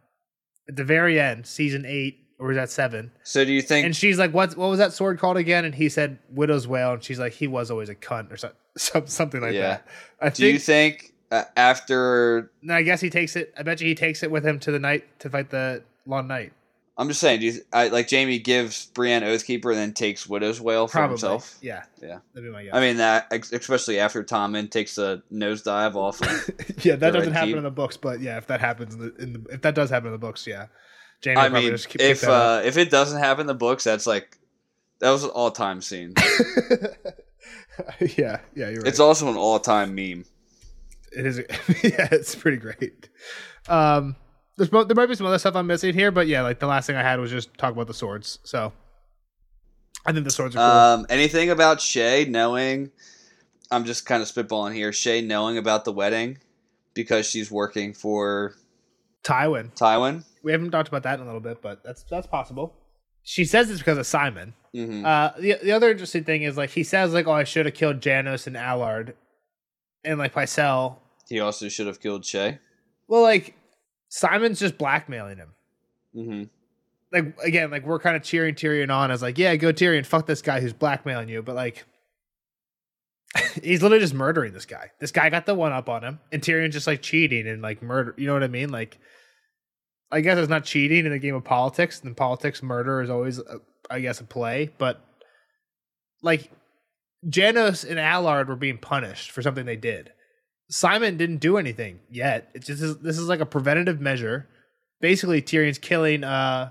at the very end, season eight, or is that seven?
then- So do you think?
And she's like, "What? What was that sword called again?" And he said, "Widow's wail." And she's like, "He was always a cunt or so, some, something like
Yeah.
that." I
do you
think.
think uh, after?
no, I guess he takes it. I bet you he takes it with him to the night to fight the Long Night.
I'm just saying. Do you I, like Jamie gives Brienne Oathkeeper and then takes Widow's Wail for
Probably.
himself?
Yeah.
Yeah.
That'd be my guess.
I mean that, ex- especially after Tommen takes the nosedive off. of-
yeah, that
the
doesn't
Red
happen
Keep.
in the books, but yeah, if that happens in the, in the if that does happen in the books, yeah. Jamie
I
probably
mean,
just keep, pick
if
that up.
uh, if it doesn't happen in the books, that's like that was an all time scene.
yeah, yeah, you're right.
uh, It's also an all time meme.
it is yeah it's pretty great um there's mo- there might be some other stuff i'm missing here but yeah like the last thing i had was just talk about the swords so i think the swords are cool
Um, anything about Shay knowing? I'm just kind of spitballing here. Shay knowing about the wedding because she's working for
tywin
Tywin.
we haven't talked about that in a little bit but that's that's possible she says it's because of simon
hmm
uh the, the other interesting thing is like he says like oh i should have killed janos and allard and like pycelle
he also should have killed Shay.
well like simon's just blackmailing him
hmm
like again, like we're kind of cheering Tyrion on as like, yeah, go Tyrion, fuck this guy who's blackmailing you, but like he's literally just murdering this guy. This guy got the one up on him, and Tyrion's just like cheating and like murder. You know what I mean? Like I guess it's not cheating in the game of politics. And politics murder is always, uh, I guess, a play. But like Janos and Allard were being punished for something they did. Simon didn't do anything yet. It's just this is like a preventative measure. Basically, Tyrion's killing uh,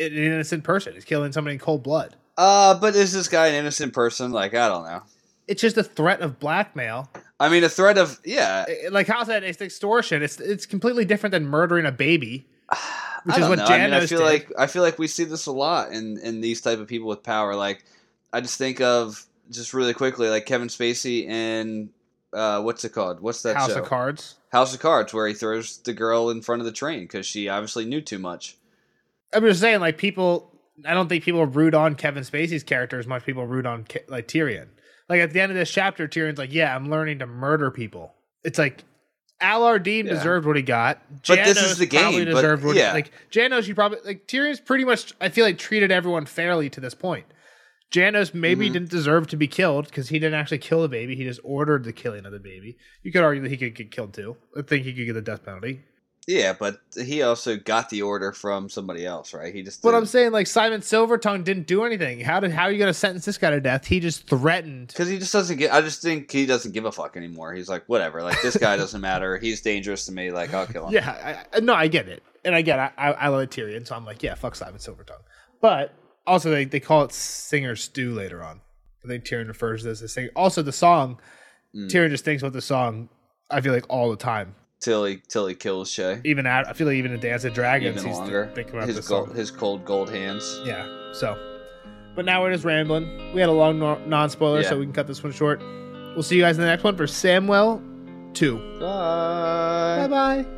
an innocent person. He's killing somebody in cold blood.
Uh, but is this guy an innocent person? Like, I don't know.
It's just a threat of blackmail.
I mean, a threat of yeah.
I- Like how's that? It's extortion. It's it's completely different than murdering a baby. Which
I
is
don't
what
know. I mean, I
Janos
feel
did.
like I feel like we see this a lot in in these type of people with power. Like, I just think of just really quickly, like Kevin Spacey and uh, what's it called? What's that
House
show?
of Cards.
House of Cards, where he throws the girl in front of the train because she obviously knew too much.
I'm just saying, like people. I don't think people root on Kevin Spacey's character as much as people root on Ki- like Tyrion. Like at the end of this chapter, Tyrion's like, "Yeah, I'm learning to murder people." It's like Al Ardeen
Yeah.
deserved what he got.
But this is the game,
Probably
but-
deserved what
yeah.
he, like Janos. You probably like Tyrion's pretty much. I feel like treated everyone fairly to this point. Janos maybe
Mhm.
didn't deserve to be killed because he didn't actually kill the baby. He just ordered the killing of the baby. You could argue that he could get killed too. I think he could get the death penalty.
Yeah, but he also got the order from somebody else, right? He just
But
didn't-
I'm saying, like Simon Silvertongue didn't do anything. How did how are you going to sentence this guy to death? He just threatened.
Because he just doesn't get. I just think he doesn't give a fuck anymore. He's like, whatever. Like this guy doesn't matter. He's dangerous to me. Like I'll kill him.
Yeah, I, I- no, I get it, and I get I, I, I love Tyrion, so I'm like, yeah, fuck Simon Silvertongue. But also, they, they call it Singer Stew later on. I think Tyrion refers to this as Singer. Also, the song
Mm.
Tyrion just thinks about the song. I feel like all the time,
Till he till he kills Shay.
even at, I feel like even in Dance of Dragons,
Even
he's
longer.
thinking about
His
this
gold,
song.
his cold gold hands.
Yeah. So, but now we're just rambling. We had a long non spoiler,
Yeah.
so we can cut this one short. We'll see you guys in the next one for Samwell 2.
Bye.
Bye bye.